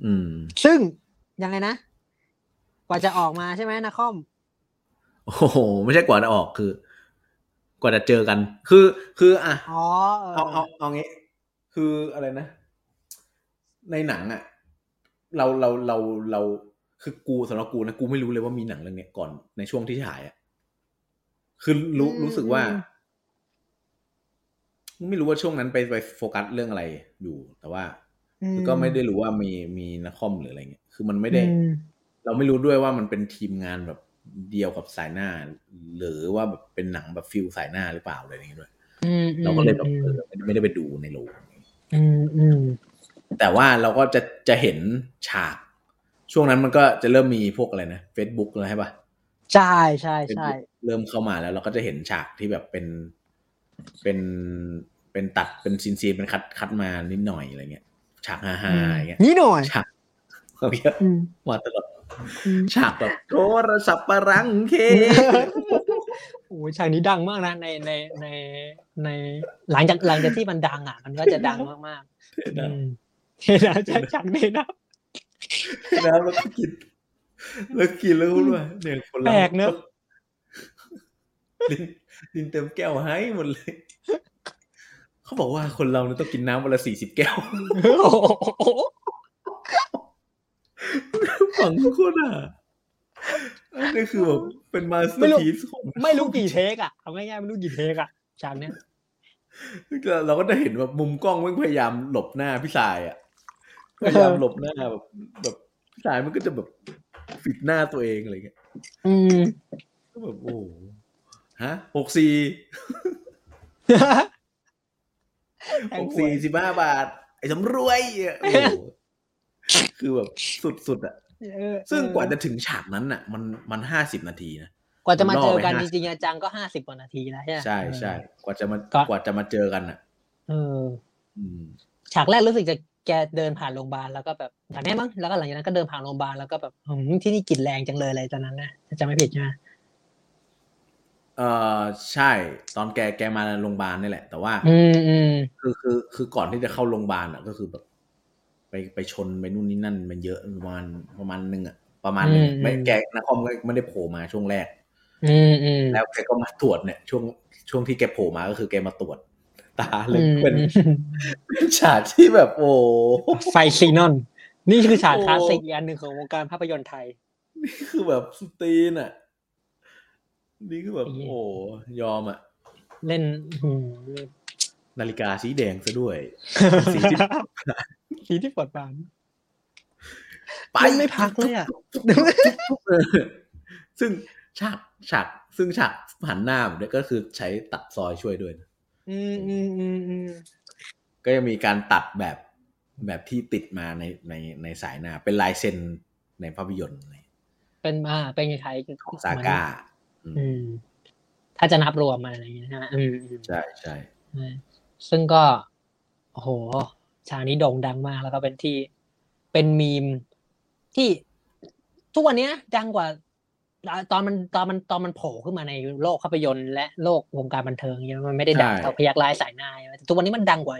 S1: อืม
S2: ซึ่งยังไงนะ กว่าจะออกมาใช่ไหมนาคอม
S1: โอ้โหไม่ใช่กว่าจะออกคือ กว่าจะเจอกัน คือ คืออ่ะ
S2: อ๋อเออ
S1: เอาเอาเอางี้ คืออะไรนะ ในหนังอ่ะ เราเราเราเรา คือกูสำหรับกูนะกูไม่รู้เลยว่ามีหนังเรื่องเนี้ยก่อนในช่วงที่ฉายอ่ะคือรู้รู้สึกว่า ไม่รู้ว่าช่วงนั้นไปไปโฟกัสเรื่องอะไรอยู่ แต่ว่า
S2: อื
S1: คือก็ไม่ได้รู้ว่ามีมีนักคอมหรืออะไรเงี้ยคือมันไม่ได้
S2: อืม
S1: เราไม่รู้ด้วยว่ามันเป็นทีมงานแบบเดียวกับสายหน้า หรือว่าแบบเป็นหนังแบบฟิลสายหน้าหรือเปล่าอะไรอย่างเงี้ยด้วย
S2: อืม
S1: เราก็เลยแบบ
S2: อืม
S1: เออไม่ได้ไม่ได้ไปดูในโรง
S2: อืมอืม
S1: แต่ว่าเราก็จะจะเห็นฉาก ช่วงนั้นมันก็จะเริ่มมีพวกอะไรนะ Facebook แล้วใช่ปะ
S2: ใช่ใช่ใช่
S1: เริ่มเข้ามาแล้วเราก็จะเห็นฉากที่แบบเป็นเป็นเป็นตัดเป็นซีนซีนๆเป็นคัดคัดมานิดหน่อยอะไรเงี้ย ฉากฮาฮาอย่างเงี้ย
S2: นี่หน่อย
S1: ฉาก เขาเรียก
S2: อืม
S1: มาตลอด
S2: อืม
S1: ฉากแบบโทรศัพท์ปรังเค
S3: โอ้ยฉากนี้ดังมากนะในในในในหลังจากหลังจากที่มันดังอ่ะ มันก็จะดังมากมากๆอืมเห็นนะฉากนี้นะ
S1: แล้วเราก็กินแล้วกินแล้วรู้ว่าเนี่ยคนเรา
S3: แปลกเนอะ
S1: ลิ้นลิ้นเต็มแก้วให้หมดเลยเขาบอกว่าคนเราเนี่ยต้องกินน้ำวันละสี่สิบแก้ว
S3: โอ้โห
S1: ฝังโคตรอ่ะอันนี้คือแบบเป็นมาสเตอร์พีซของ
S3: ไม่รู้กี่เทคอ่ะเอาง่ายๆไม่รู้กี่เทคอ่ะฉากเนี้ย
S1: เราก็จะเห็นแบบมุมกล้องแม่งพยายามหลบหน้าพี่สายอ่ะ พยายามหลบหน้าแบบแบบผู้ชายมันก็จะแบบปิดหน้าตัวเองอะไรเงี้ย
S4: อืม
S1: ก็แบบโอ้โหฮะหกสี่หกสี่สิบห้าบาท ไอ้สำรวยเนี่ยโอ้โหคือแบบสุดๆอ่ะ
S4: เออ
S1: ซึ่งกว่า
S4: เอ
S1: จะถึงฉากนั้นอ่ะ มันมันห้าสิบนาทีนะ
S2: กว่าจะมาเจอกัน
S1: รอไป
S2: จ
S1: ห้า
S2: ริงๆจังๆก็ห้าสิบกว่านาทีแล้วใช่ไหม
S1: ใช่ใช่กว่าจะมา
S2: ก็
S1: กว่าจะมาเจอกันอ่ะ
S2: เออ
S1: อืม
S2: ฉากแรกรู้สึกจะแกเดินผ่านโรงพยาบาลแล้วก็แบบผ่านแน่มั้งแล้วก็หลังจากนั้นก็เดินผ่านโรงพยาบาลแล้วก็แบบอืมที่นี่กลิ่นแรงจังเลยอะไรตอนนั้นนะถ้าจำไม่ผิดใช่ไหม
S1: เออใช่ตอนแกแกมาโรงพยาบาลนี่แหละ แต่ว่า
S2: อืมอืม
S1: คือคือคือก่อนที่จะเข้าโรงพยาบาลอ่ะ ก็คือแบบ ไปไปชนไปนู่นนี่นั่นมันเยอะประมาณประมาณหนึ่งอ่ะประมาณหนึงอะไม่แกนะคอมก็ไม่ได้โผล่มาช่วงแรก
S2: อืมอืม
S1: แล้วแกก็มาตรวจเนี่ย ช่วงช่วงที่แกโผล่มาก็คือแกมาตรวจ ตาเลยเป็นเป็นฉากที่แบบโอ้
S2: ไฟซีนอน นี่คือฉาก
S1: โอ้
S2: คลาสสิกอีกอันหนึ่งของวงการภาพยนตร์ไทย
S1: นี่คือแบบสตรีนอ่ะ นี่คือแบบ
S2: ไอ้เหี้ย
S1: โอ้ยอมอ่ะ
S2: เล่นอืม
S1: นาฬิกาสีแดงซะด้วย สีที่
S2: สีที่ปวดบาน
S1: ไป
S2: เล่นไม่พักเลยอะ
S1: เออซึ่งฉากฉากซึ่งฉากหันหน้าแบบเนี้ยก็คือใช้ตัดซอยช่วยด้วยนะ
S2: อืมอืมอืมอืม
S1: ก็ยังมีการตัดแบบแบบที่ติดมาในในในสายหน้า เป็นลายเซ็นในภาพยนตร์อะไร
S2: เป็นอ่าเป็นไงไทย
S1: ของซาก้า
S2: อืม ถ้าจะนับรวมมาอะไรอย่างเงี้ยนะฮะอืมอืม
S1: ใช่ใช่
S2: ซึ่งก็ โอ้โหฉากนี้โด่งดังมากแล้วก็เป็นที่เป็นมีมที่ทุกวันเนี้ยดังกว่า ตอนมันตอนมันตอนมันโผล่ขึ้นมาในโลกภาพยนตร์และโลกวงการบันเทิงเงี้ยมันไม่ได้ดังเท่าพยักร้ายสายหน้าใช่ไหมแต่ทุกวันนี้มันดังกว่า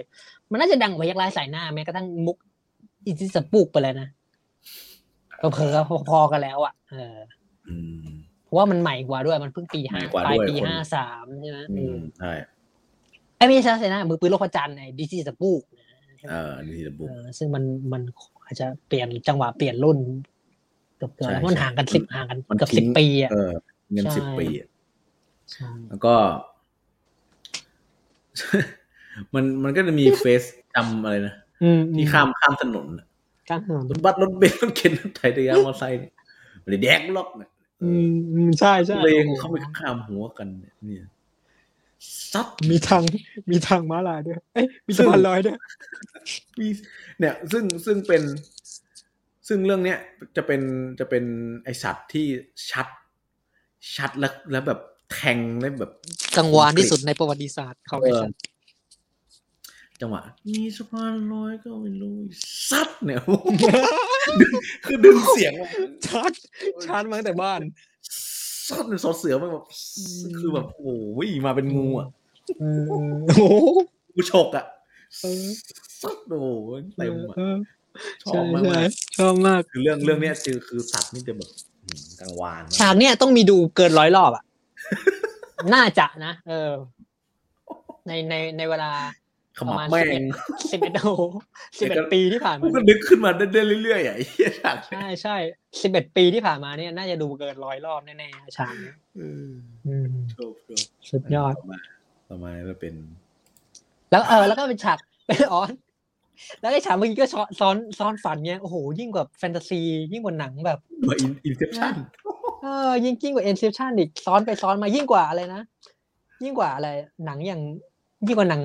S2: มันน่าจะดังกว่าพยักร้ายสายหน้าแม้กระทั่งมุกอิจิสปุกไปแล้วนะก็เผลอๆพอๆกันแล้วอ่ะเออ
S1: อืม
S2: เพราะว่ามันใหม่กว่าด้วยมันเพิ่งปี
S1: ใหม่
S2: ห้าก
S1: ว่า
S2: ปลาย
S1: ด้วย
S2: ปี
S1: คน
S2: ห้าสามใช่ไหม
S1: อืมใช่
S2: ไอ้ยไม่ใช่ชาเซนามือปืนโลกพระจันทร์ไอ้ดิจิสปูก
S1: เอออันนี่ระบุ
S2: เออซึ่งมันมันอาจจะเปลี่ยนจังหวะเปลี่ยนรุ่นเกือบเกือบ
S1: ใช่
S2: แล้วมัน
S1: ใช่
S2: ห่าง
S1: มั
S2: กัน
S1: น
S2: สิบห่างกัน
S1: มัน
S2: เกือบ
S1: ทิ้
S2: สิบ
S1: ง
S2: ปีอ่ะ
S1: เออ เงิน
S2: ใช่
S1: สิบปีอะ
S2: ใช่
S1: แล้วก็ มันมันก็ จะมีเฟซจำอะไรนะ
S2: อืม
S1: ที่ข้ามข้ามถนนน่ะ
S2: ข้ามถนน
S1: รถบัสรถเบนซ์รถเข็นรถไถเรืยามอเตอร์ไซค์เนี่ยมันได้แดกล็อกเนี่ย
S2: อืมอืมใช่ใช่
S1: เลง
S2: โอ้โห
S1: เข้าไปข้ามหัวกันเนี่ยเนี่ยซัด
S2: มีทางมีทางม้าลายด้วยเอ้ยมี
S1: ซึ่ง
S2: สะพานลอยด้วย
S1: มีเนี่ย ซึ่งซึ่งเป็น ซึ่งเรื่องเนี้ยจะเป็นจะเป็นไอสัตว์ที่ชัด ชัดแล้วแล้วแบบแทงได้แบบ
S2: กังวานที่สุดในประวัติศาสตร์ของไอ้สัตว์
S1: จังหวะมีสะพานลอยก็ไม่รู้ซัดเนี่ย คือดึงเสียงออกมา
S2: ชาร์จชาร์จมาตั้งแต่บ้าน
S1: ซัดเนี่ยซอเสือมันแบบคือแบบโอ้ยมาเป็นงูอ่ะ
S2: อืมโอ้โห
S1: งูฉกอ่ะ
S2: เออ
S1: ซัดโอ้โหเต็มอ่ะ
S2: เออ
S1: ชอบมาก
S2: ใช่
S1: ๆ
S2: ๆชอบมาก
S1: คือเรื่องเรื่องเนี้ยคือคือสัตว์นี่จะแบบอืมกังวานมาก
S2: ฉากเนี้ยต้องมีดูเกินร้อยรอบ อ่ะ น่าจะนะ เออ ในในในเวลา
S1: ขมั
S2: ป
S1: บ
S2: ระมาณ
S1: แม่
S2: สิบเอ็
S1: ง
S2: ด สิบเอ็ดโสิ บ
S1: แต่
S2: เอ็
S1: ก็
S2: ดปีที่ผ่าน
S1: กู
S2: มา
S1: ก็นึกขึ้นมาได้ได้เรื่อยๆอ่ะไอ้เหี้ยฉากเนี่ย
S2: ใช่ใช่สิบเอ็ดปีที่ผ่านมาเนี่ยน่าจะดูเกินร้อยรอบแน่ๆฉากเนี้ย
S1: เออ
S2: อืม
S1: ชอบชอบ
S2: สุดยอด
S1: ประมาณประมาณนี้จะเป็น
S2: แล้วเออ แล้วก็เป็นฉาก เป็นออน แล้วไอ้ฉากเมื่อกี้ก็ซ้อนซ้อนซ้อนฝันเนี่ยโอ้โหยิ่งกว่าแฟนตาซี ยิ่งกว่าหนังแบบ
S1: ว่าอินเซปชั่น
S2: เออยิ่งยิ่งกว่าเอ็นเซปชันอีกซ้อนไปซ้อนมายิ่งกว่าอะไรนะ ยิ่งกว่าอะไร หนังอย่างยิ่งกว่าหนัง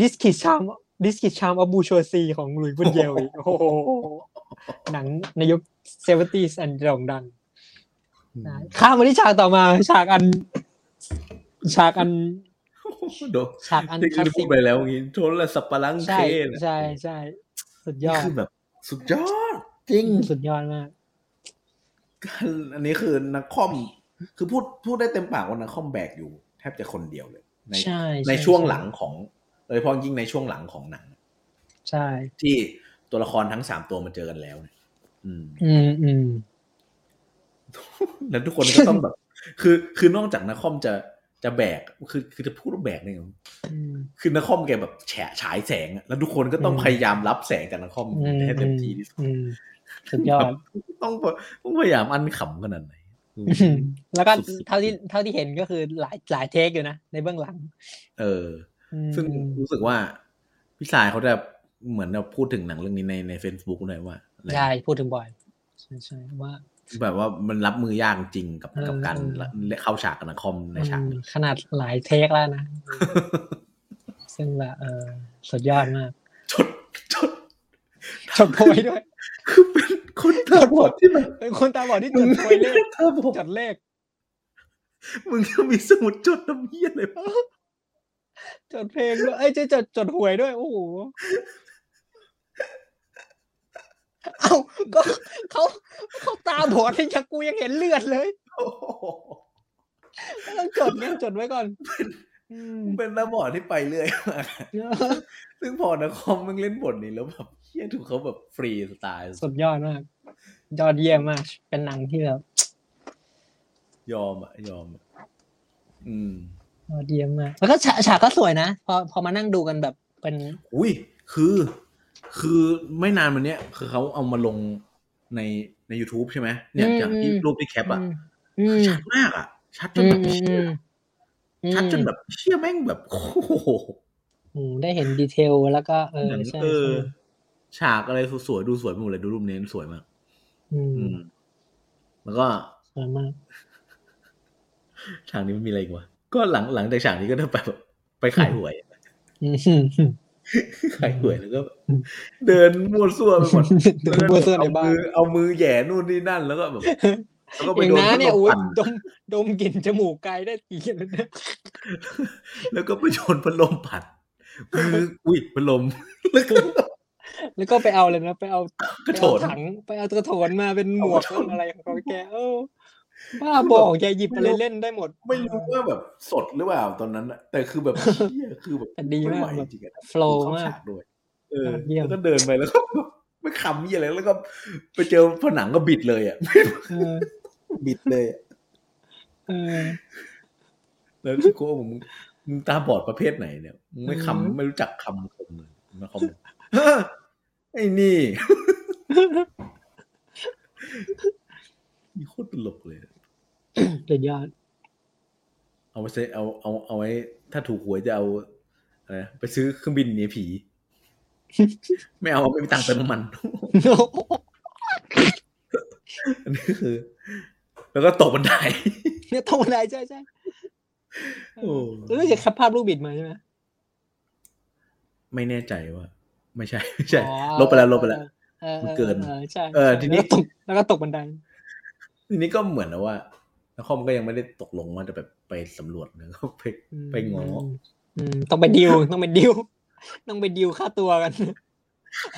S2: ดิสคิชามดิสคิชามอบูชัวซีของหลุยส์บุญเยลอีกโอ้โหหนังในยุคเซเวนตี้อันโด่งดังนะข้ามมาที่ฉากต่อมา ฉากอัน ฉากอัน
S1: โดน
S2: ฉากอัน
S1: ที่
S2: ค
S1: คื
S2: ลา
S1: อ
S2: ส
S1: พู
S2: สิ
S1: ด
S2: ก
S1: ไปแล้วอย่างงี้โทนละสับปะรังเค
S2: ใช่
S1: น่ะ
S2: ใช่ใช่สุดยอด
S1: คือแบบ สุดยอด จริง
S2: สุดยอดมาก
S1: อันนี้คือนักคอม คือพูดพูดได้เต็มปากว่านักคอมแบกอยู่ แทบจะคนเดียวเลย ใน
S2: ใช่ช่
S1: ในช่วงหลังของโดยเฉพาะยิ่งในช่วงหลังของหนัง
S2: ใช่
S1: ที่ตัวละครทั้งสามตัวมาเจอกันแล้วเนี่ยอืม
S2: อืมอืม
S1: แล้วทุกคนก็ต้องแบบ คือคือนอกจากนักคอมจะจะแบกคือคือจะพูดว่าแบกเนี่ย
S2: อืม
S1: คือนักคอมแกแบบแฉะฉายแสงอะแล้วทุกคนก็ต้อง
S2: อืม
S1: พยายามรับแสงจากนักคอม
S2: อืม
S1: ให้เต็มที่ที่สุด
S2: อืมสุดยอด
S1: ต้องต้องพยายามอันขำขนาดไหนอืม
S2: อืมแล้วก็
S1: สุดๆ
S2: เท่าที่เท่าที่เห็นก็คือหลายหลายเทคอยู่นะในเบื้องหลัง
S1: เออ
S2: อืม
S1: ซึ่งรู้สึกว่าพี่สายเขาจะ เหมือนเราพูดถึงหนังเรื่องนี้ในใน Facebook ด้วยว่าอะไร
S2: ใช่พูดถึงบ่อยใช่ใช่ว่า
S1: แบบว่ามันรับมือยากจริงกับกับการ
S2: เอ
S1: เข้าฉากกับนักคอมในฉาก
S2: อืมขนาดหลายเทคแล้วนะ ซึ่งแบบเออสุดยอดมาก
S1: จดจด
S2: จดโพยด้วย
S1: คือเป็นคนตาบอดที่แบบ
S2: เป็นคนตาบอดที่จ
S1: มึง
S2: ดโพ
S1: ไม่
S2: ยเล
S1: ได้
S2: ข
S1: ตาบอ
S2: จ
S1: ด
S2: ดเลข
S1: มึงยังมีสมุดจดน้ำเยี่ยเลยวะ
S2: จดเพลงด้วยเอ้ยจจดจดหวยด้วย โอ้โหเอาก็เขาเขาตาบอดที่กูยังเห็นเลือดเลย
S1: โอ้โห
S2: ไม่ต้องจดเนี่ยจดไว้ก่อนอืม
S1: เป็นตาบอดที่ไปเรื่อยมากซึ่งพอนักคอมมึงเล่นบทนี้แล้วแบบเฮียถูกเขาแบบฟรีสไตล์
S2: สุดยอดมาก ยอดเยี่ยมมาก เป็นหนังที่แบบ
S1: ยอมอะยอมอะอืม
S2: ยอดเยี่ยมมาก แล้วก็ฉากฉากก็สวยนะ พอพอมานั่งดูกันแบบเป็น
S1: อุ้ย คือ คือไม่นานมันเนี้ย คือเขาเอามาลงในใน YouTube ใช่ไหม เนี่ยจากที่รูปที่แคปอ่ะ
S2: อืม
S1: ชัดมากอ่ะ ชัดจ
S2: อื
S1: น
S2: ม
S1: แบบ
S2: อืม
S1: เชี่
S2: อื
S1: ย
S2: มอืม
S1: ชัดจนแบบเชี่ยแม่งแบบ โอ้โห
S2: อืมได้เห็นดีเทลแล้วก็เออ
S1: หนัง
S2: ใช่
S1: เออ
S2: ใช่
S1: ฉากอะไรสวยๆ ดูสวยไปหมดเลย ดูรูปเน้นสวยมาก
S2: อืม
S1: อืม แล้วก็
S2: สวยมาก
S1: ฉากนี้มันมีอะไรอีกวะ ก็หลังหลังจากฉากนี้ก็ได้ไปแบบไปขายหวย
S2: อืม
S1: ขายหวยแล้วก็ เดินมั่วซั่วไปหมด
S2: ดูบัวเสื้อในบ้าน
S1: เมือเอามือแหย่นู่นนี่นั่นแล้วก็ แบบแล้วก็ไป
S2: เอง
S1: โดน
S2: นะ
S1: พัดล
S2: เนี่ย
S1: ม
S2: อุ้ย
S1: ปั่น
S2: ดมดมกลิ่นจมูกไกลได้กี่เดือนนะ
S1: แล้วก็ไปโดนพัดลมปัดมืออุ้ยพัดลม แล้วก็
S2: แล้วก็ไปเอาเลยนะไปเอา
S1: กระโถน
S2: ไปเอาถังไปเอากระโถนมาเป็นหมวก
S1: เอากระโถน
S2: เป็นอะไรของเขาแกเออบ้าบอกแกหยิบอะไรเล่นได้หมด
S1: ไม่รู้ว่าแบบสดหรือเปล่าตอนนั้นน่ะแต่คือแบบเชี่ยคือแบบ
S2: แต่ดีมาก
S1: ไไหว
S2: แบบ
S1: จริงๆอะ
S2: โฟล
S1: เข้
S2: มาก
S1: ฉด้วย เออย
S2: อดเยี่ยม
S1: แล้วก็เดินไปแล้วก็ ไม่ขำยี่อะไรแล้วก็ไปเจอผนังก็บิดเลยอ่ะ
S2: เออ
S1: บิดเลยอะ
S2: เอ อ
S1: แล้วที่กูว่ามึงมึงตาบอดประเภทไหนเนี่ยมึงไม่
S2: อืม
S1: ขำไม่รู้จักคำคมเลย มาคอมเมนต์ไอ้นี่ มีโคตรตลกเลย
S2: สุดยอด
S1: เอาไว้ใช้เอาเอาเอาไว้ ถ้าถูกหวยจะเอาอะไรนะไปซื้อเครื่องบินหนีผี ไม่เอาไม่มีตังค์เติมน้ำ มัน อันนี้คือ แล้วก็ตกบันได
S2: เนี่ยตรงไหนใช่ใช่
S1: โอ้
S2: แล้วจะแคปภาพลูกบิดมาใช่ไหม
S1: ไม่แน่ใจว่า ไม่ ใช่ไม่ใช่
S2: อ๋อ
S1: ลบไปแล้วลบไปแล้ว
S2: ออออ
S1: มันเกิน
S2: ออใช่
S1: เออทีนี้
S2: แล้วตกแล้วก็ตกบันได
S1: ทีนี้ก็เหมือนนะว่าแล้วคอมก็ยังไม่ได้ตกลงว่าจะแบบไปสำรวจนะ ก็ไป
S2: ม
S1: ไปง้อ
S2: อืมต้องไปดิวต้องไปดิวต้องไปดิวค่าตัว กัน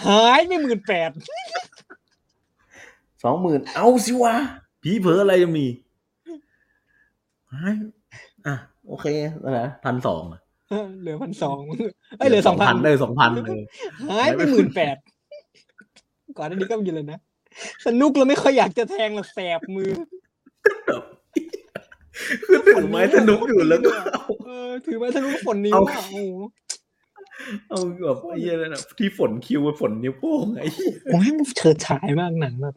S2: หายไปหมื่นแปด
S1: สองหมื่นเอาสิวะผีเผลออะไรจะมี ไอ้อ่ะ โอเคแล้วนะพันสอง
S2: เหลือพันสองเอ้ยเหลือสองพัน
S1: ได้สองพันเลย
S2: หายไปหมื่นแปดก่อนหน้านี้ก็อยู่เลยนะสนุกเราไม่ค่อยอยากจะแทงเราแสบมือ
S1: คือถือไม้สนุกอยู่แล้วก็
S2: เออถือไม้ทะลุฝนนิ้ว
S1: เอา
S2: อ่ะโอ้โห
S1: เอาแบบไอ้เหี้ยนั่นน่ะที่ฝนคิวไปฝนนิ้วโป้งไอ้เหี้ย
S2: โอ้ยมันเฉิดฉายมากหนังแบบ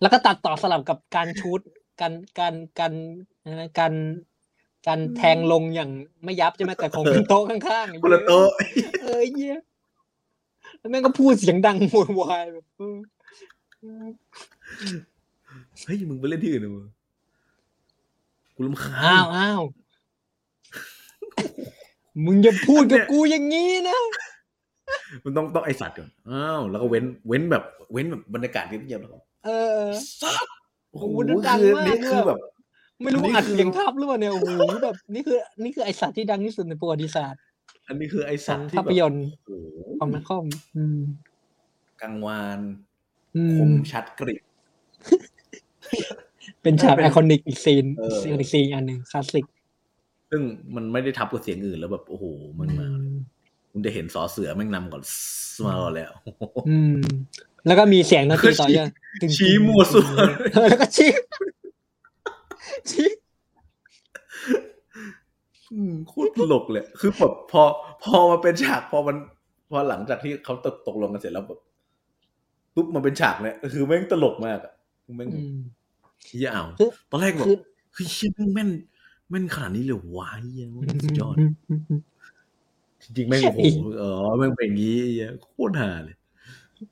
S2: แล้วก็ตัดต่อสลับกับการชูดการการการอะไรนะการการแทงลงอย่างไม่ยับใช่ไหมแต่ของโต๊ะข้างๆ
S1: คนละโต๊ะ
S2: เออเยี่ยแล้วแม่งก็พูดเสียงดังโวยวายแบบเออเออ
S1: เฮ้ยมึงไปเล่นที่อื่นเถอะมึงกูรำคา
S2: อ้า
S1: ญ
S2: วอ้าวมึงอย่าพูดกับกูอย่างนี้นะ
S1: มันต้องต้องไอสัตว์ก่อนอ้าวแล้วก็เว้นเว้นแบบ เว้นแบบบรรยากาศเงียบๆแล้วก็
S2: เออ
S1: สัตว์โอ้โห
S2: โอ้โหดัง
S1: คือ
S2: มาก
S1: นี่
S2: เลย
S1: คือแบบ
S2: ไม่รู้
S1: นี่
S2: อัด
S1: คือ
S2: เสียงทับหรือเปล่าเนี่ยโอ้โหแบบ นี่คือนี่คือไอสัตว์ที่ดังที่สุดในประวัติศาสตร์
S1: อันนี้คือไอสั
S2: สั
S1: ต
S2: ง
S1: ว์ที่
S2: ภา
S1: แบ
S2: พย
S1: บ
S2: นตร์
S1: โอ้โห
S2: ของนักคอมอืม
S1: กลางวาน
S2: อื
S1: ค
S2: ม
S1: มชัดกริบ
S2: เป็นฉาก
S1: เป็น
S2: ไอคอนิกอีกซีน
S1: เออ
S2: ซีนอีกซีนอันหนึ่งคลาสสิก
S1: ซึ่งมันไม่ได้ทับกับเสียงอื่นแล้วแบบโอ้โหมันมาคุณจะเห็นสอเสือแม่งนำก่อนสมาแล้ว
S2: อืม แล้วก็มีเสียงดนตรีต่อ
S1: คือชี้
S2: เนื่องตึง
S1: ชี้มั่วซั่ว
S2: เออแล้วก็ชี้ชี้
S1: อืมโคตรตลกเลย คือแบบพอ พอมาเป็นฉาก พอมัน พอหลังจากที่เขาตกตกลงกันเสร็จแล้วแบบปุ๊บมาเป็นฉากเนี่ยคือแม่งตลกมากอะแม่ง
S2: อืม
S1: เฮียเอา
S2: คือ
S1: ตอนแรกแบบ
S2: คือ
S1: คือเฮียแม่งแม่นแม่นขนาดนี้เลยวะเฮียแม่งสุดยอด
S2: มม
S1: จริงๆแม่งโอ้โหเออแม่งเป็นอย่างนี้เหี้ยโคตรหาเลย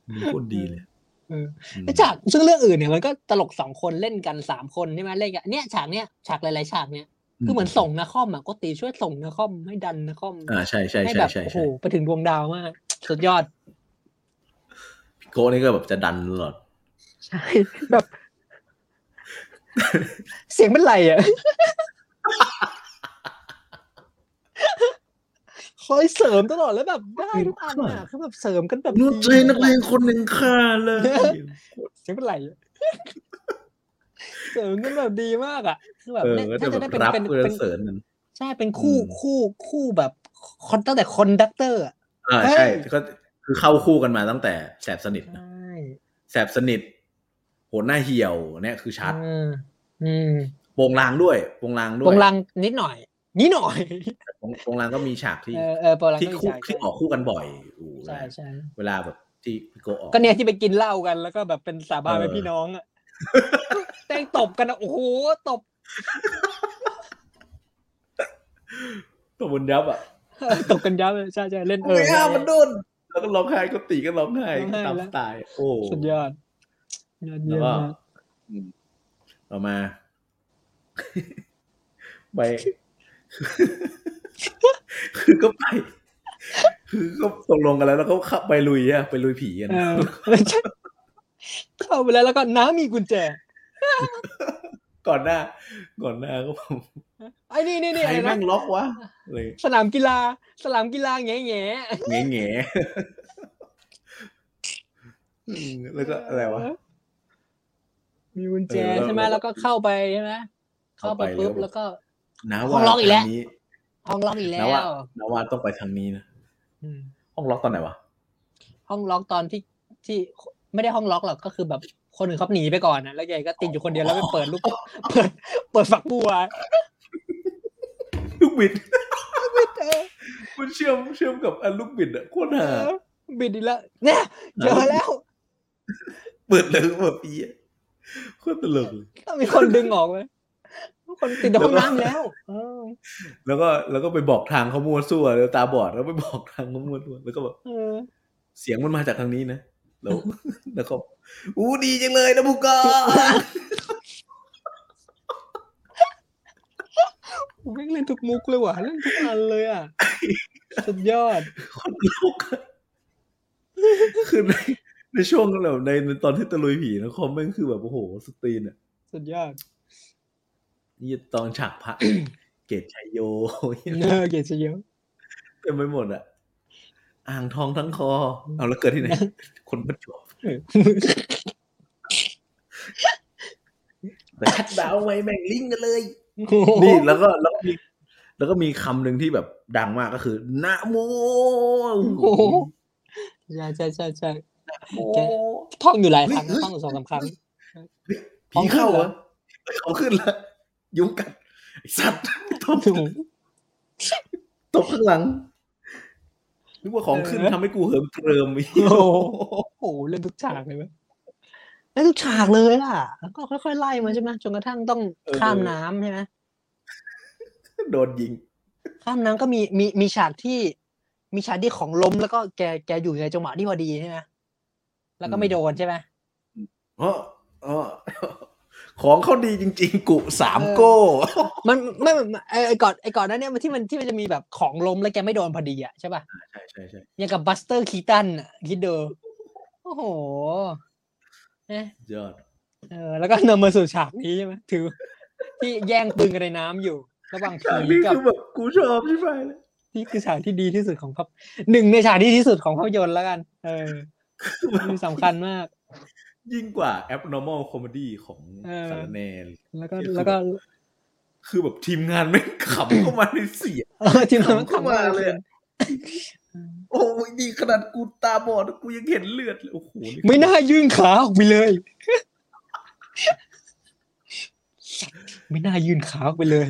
S1: มันโคตรดีเลย
S2: เออ
S1: อืม
S2: แล้วฉากซึ่งเรื่องอื่นเนี่ยมันก็ตลกสองคนเล่นกันสามคนใช่ไหมเล่นกันเนี่ยฉากเนี่ยฉากหลายๆฉากเนี่ยคือเหมือนส่งนะคอมอ่ะก็ตีช่วยส่งนะคอมให้ดันนะคอม
S1: อ่าใช่ใช่
S2: ให้
S1: ใช่
S2: แบบ
S1: ใช่
S2: โอ้โห
S1: ใช่
S2: ไปถึงดวงดาวมากสุดยอด
S1: พี่โก้นี่ก็แบบจะดันตลอด
S2: ใช่ แบบ เสียงเป็นไรอ่ะ คอยเสริมตลอดแล้วแบบได้ทุกอันอ่ะคือแบบเสริมกันแบบ
S1: นุ่นใจ
S2: ดี
S1: นักเลงคนหนึ่งฆ่าเลย
S2: เสียงเป็นไรอะเสริมกันแบบดีมากอ่ะคือแบบ
S1: เออ
S2: เนี่ย
S1: ก็จะ
S2: น่าจะ
S1: แบ
S2: ได้
S1: บ
S2: เป็
S1: รับ
S2: นเป็น
S1: เพื่อ
S2: เป็น
S1: เสริญนั่น
S2: ใช่เป็นคู่
S1: อืม
S2: คู่คู่แบบคนตั้งแต่คอนดักเตอร์อ่ะ
S1: อ่า
S2: เฮ้ย
S1: ใช่ก็คือเข้าคู่กันมาตั้งแต่แสบสนิท
S2: ใช
S1: นะ
S2: ่
S1: แสบสนิทโหนหน้าเหี่ยวเนี่ยคือชัด
S2: อืมอืม
S1: โปงลางด้วยโปงลางด้วย
S2: วงลังนิดหน่อย นิดหน่อย
S1: โปงโปงลางก็มีฉากที่
S2: เออเออโปรงลัง
S1: ที่
S2: ก็
S1: คู่
S2: มีฉาก
S1: ที่ออกคู่กันบ่อยอยู่
S2: ใช่ใช่
S1: เวลาแบบที่พี่โกออก
S2: ก็เนี่ยที่ไปกินเหล้ากันแล้วก็แบบเป็นสาบาน
S1: เออ
S2: เป็นพี่น้องอ่ะ แต้งตบกันอะโอ้โหตบ
S1: ตัวบนยับอ่ะ
S2: เออตบกันยับเลยใช่ใช่เล่นเออ
S1: ไม่
S2: เล่น
S1: อ้า
S2: เล่
S1: มัน
S2: น
S1: โดนแล้วก็ร้องไห้ก็ตีก็ร้องไห้
S2: ร้อง
S1: ตาม
S2: ไห้แล้
S1: ส
S2: ว
S1: ไตล์โอ้
S2: สุดยอดยอด
S1: แล้
S2: เยี่
S1: วย
S2: ม
S1: ก็
S2: มาก
S1: อืมต่อมา ไป คือก็ไป คือก็ตกลงกันแล้วแล้วก็ขับไปลุยอะไปลุยผีกัน
S2: เออใช่ เข้าไปแล้วแล้วก็น้ามีกุญแจ
S1: ก่อนหน้า ก่อนหน้าก็ผม
S2: ไอ้นี่นี่นี่
S1: ใคร
S2: อะไร
S1: แม่ง
S2: นะ
S1: ล็อกวะเลย
S2: สนามกีฬาสนามกีฬาแง่แง่
S1: แง่แง่ๆอืมแล้วก็อะไรวะ
S2: มีกุญแจ
S1: เออแล้ว
S2: ใช่ไหม
S1: แล้ว
S2: แล้วก็เข้าไปใช่ไหมเข้า
S1: เข้า
S2: ไป
S1: ไป
S2: ปุ๊บ
S1: แล้ว
S2: แล้วก็
S1: น้า
S2: ห้อ
S1: ว่าง
S2: ล็อกอีกแล้ว
S1: ทางนี้
S2: ห้องล็อกอีกแล้
S1: น้าว ว่าน้าว่าต้องไปทางนี้นะ
S2: อืม
S1: ห้องล็อกตอนไหนวะ
S2: ห้องล็อกตอนที่ที่ไม่ได้ห้องล็อกหรอกก็คือแบบคนอื่นเขาหนีไปก่อนนะแล้วยายก็ติดอยู่คนเดียวแล้วไปเปิดลูก เปิด เปิดฝักบัว
S1: ลูกบิด
S2: เออ
S1: มันเชื่อมเชื่อมกับอันลูกบิดอะโคตร
S2: เอ
S1: หา
S2: อบิดอีกแล้วเนี่ยเจอแล้ว
S1: เปิดเลยแบบอีอะโคตรตลกเลย
S2: ต้องมีคนดึงออกเลยคนติดในห้องน้ำแล้วเออ
S1: แล้วก็แล้วก็ไปบอกทางเขามั่วซั่วแล้วตาบอดแล้วไปบอกทางเขามั่วซั่วแล้วก็แบบ
S2: เออ
S1: เสียงมันมาจากทางนี้นะแล้ว แล้วก็อู้ดีจังเลยนะบุกก า
S2: ผมแม่งเล่นทุกมุกเลยว่ะเล่นทุกอันเลยอ่ะสุดยอด
S1: คนลุกอะคือในในช่วงแบบในในตอนที่ตะลุยผีนะคอมแม่งคือแบบโอ้โหสตรีนอะ
S2: สุดยอด
S1: นี่ตอนฉากพระ เกตชัย โย
S2: เออเกลียดเสียเยอะ
S1: เต็มไปหมดอะอ่างทองทั้งคอ เอาแล้วเกิดที่ไหน คนประ จวบ
S2: เออ
S1: แต่ชัดดาวน์ไว้แม่งลิงก์กันเลย
S2: โอ้โห
S1: นี่แล้วก็แล้วก็มีแล้วก็มีคำหนึ่งที่แบบดังมากก็คือนะโม
S2: โอ้โห ใช่ใช่ใช่ใช่
S1: โอ้
S2: ท่องอยู่หลายครั้งท่องอยู่สองสามครั้ง
S1: ผีเข้าเหรอเฮ้ยของขึ้นละยุงกัดไอ้สัตว์ตบ ตบข้างหลังนึกว่าของขึ้น
S2: เออ
S1: ทำให้กูเหิมเกริม อีก
S2: โอ้โหโอ้โหเล่นทุกฉากเลยไหมเล่นทุกฉากเลยล่ะ แล้วก็ค่อยๆไล่มาใช่ไหมจนกระทั่งต้องข้ามน้ำใช่ไหม
S1: โดนยิง
S2: ข้ามน้ำก็มีมีมีฉากที่ มีฉากที่ของล้มแล้วก็แกแกอยู่ในจังหวะที่พอดีใช่ไหมแล้วก็ไม่โดนใช่ไหม
S1: เออเออของเขาดีจริง ๆ กุสามโก้
S2: มันไม่ไม่ไอ้ไอ้ก่อนไอ้ก่อนหนั้นเนี่ยมันที่มันที่มันจะมีแบบของล้มแล้วแกไม่โดนพอดีอ่ะใช่ป่ะ
S1: ใช่ใช่ใช่
S2: อย่างกับบัสเตอร์คีตันอ่ะคิดดูโอ้โหนะ
S1: ยอด
S2: เออแล้วก็นำมาสู่ฉากนี้ใช่ไหมถือ ที่แย่งปืนกันในน้ำอยู่ ระหว่าง
S1: ฉาก
S2: ผี
S1: นี้
S2: กับ
S1: คือแบบกูชอบใช่ไหมเลย
S2: นี่คือฉากที่ดีที่สุดของภาพหนึ่งในฉากที่ดีที่สุดของภาพยนตร์แล้วกัน เออมันสำคัญมาก
S1: ยิ่งกว่า abnormal comedy ของ
S2: เออ
S1: สารแนน
S2: แล้วก็แล้วก็
S1: คือแบบทีมงานไม่งขำ เข้ามาในเสีย ง
S2: เออทีมงานมัน
S1: เข้ามาม
S2: ขำาก
S1: เล
S2: เลย ย
S1: อะ โอ้ยนี่ขนาดกูตาบอดกูยังเห็นเลือดเลยโอ้โห
S2: ไม่น่ายื่นขาออกไปเลย ไม่น่ายื่นขาออกไปเลย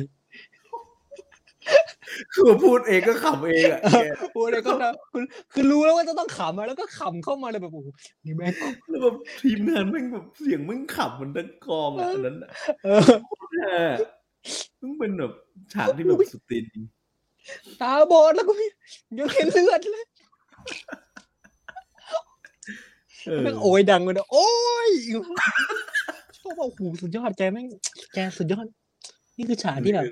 S1: คือพูดเองก็ขำเองอะแก
S2: โอ้ยก็นะคือคือรู้แล้วว่าจะต้องขำอะแล้วก็ขำเข้ามาเลยแบบโอ้โหนี่แม่ง
S1: แล้วแบบทีมงานแม่งแบบเสียงแม่งขำมันทั้งกองอะอันนั้นอะ
S2: เออ
S1: เออมึงเป็นแบบฉากที่แบบสุดตีนจริง
S4: ตาบอดแล้วก็ไม่ยังเห็นเลือดเลย
S1: เออ
S4: แม่งโอยดังเลยนะโอ้ยชอบบอกหูสุดยอดแกแม่งแกสุดยอด นี่คือฉากที่แบบ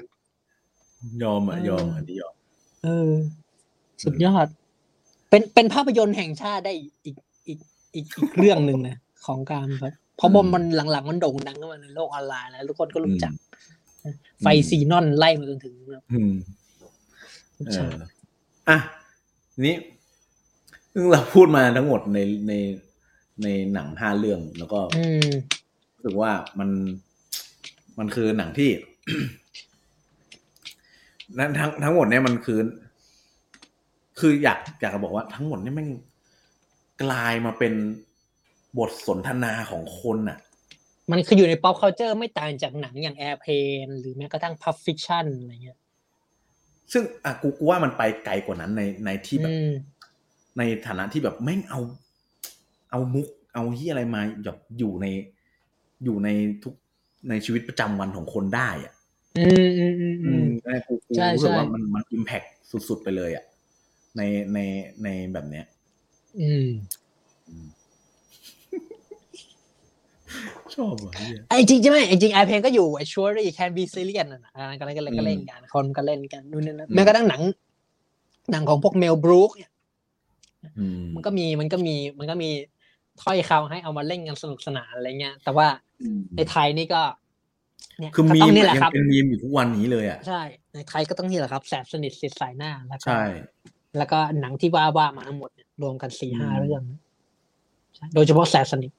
S1: ยอมอ่ะยอมอันนี้ยอม
S4: เออ สุดยอด เป็นเป็นภาพยนตร์แห่งชาติได้อีกอีกอีกอีกเรื่องหนึ่งนะ ของการแบบเพราะ
S1: อืม
S4: มันหลังๆมันโด่งดังขึ้นมาในโลกออนไลน์แล้วทุกคนก็รู้จัก ไฟ
S1: อืม
S4: ซีนอนไล่มาจนถึงแบบ
S1: อืม
S4: ทุก
S1: เอ
S4: ฉาก
S1: ออ่ะนี่ซึ่งเราพูดมาทั้งหมดในในในหนังห้าเรื่องแล้วก็
S4: อืม
S1: รู้สึกว่ามันมันคือหนังที่ นั้นทั้งทั้งหมดเนี่ยมันคือ คืออยากอยากจะบอกว่าทั้งหมดเนี่ยแมันกลายมาเป็นบทสนทนาของคนอ่ะ
S2: มันคืออยู่ใน pop culture ไม่ต่างจากหนังอย่าง Airplane หรือแม้กระทั่ง Pulp Fiction อะไรเงี้ย
S1: ซึ่งอ่ะกูกูว่ามันไปไกลกว่านั้นในในที่แบบ
S2: อืม
S1: ในฐานะที่แบบแม่งเอา เอามุก เอาที่อะไรมาแบบอยู่ในอยู่ในทุกในชีวิตประจำวันของคนได้อ่ะ
S2: อืมอืมอืมอืม
S1: เออกูกู
S2: ใช่
S1: รู้สึก
S2: ใช่
S1: ว่ามันมันอิมแพคสุด ๆ ไปเลยอ่ะในในในแบบเนี้ย
S2: อืม
S1: ชอบว่ะเหี้ย
S2: ไอ้จริงใช่ไหมไอ้จริงไอเพลงก็อยู่ไอชัวรี่แคนบีซีเรียนน่ะนะอันนั้นก็เล่นกัน
S1: อืม
S2: ก็เล่นกันคนก็เล่นกันนู่นนั่นนั่น
S1: อืม
S2: แม้กระทั่งหนัง หนังของพวกเมลบรูคเนี่ย
S1: อืม
S2: มันก็มีมันก็มีมันก็มีถ้อยคำให้เอามาเล่นกันสนุกสนานอะไรเงี้ยแต่ว่าในไทยนี่ก็ เนี่ย
S1: คือ
S2: ก็
S1: มี
S2: ต้อ
S1: ม
S2: งนี่แห
S1: อะ
S2: ละ
S1: ยั
S2: ค
S1: ง
S2: รับ
S1: เป็นมีมอยู่ทุกวันนี้เลยอ่ะ
S2: ใช่ในไทยก็ต้องนี่แหละครับแสบสนิทสิทธิ์สายหน้าแล้วก็
S1: ใช่
S2: แล้วก็หนังที่ว่าว่ามาทั้งหมดเนี่ยรวมกันสี่ห้า
S1: อืม
S2: เรื่องใช่โดยเฉพาะแสบสนิท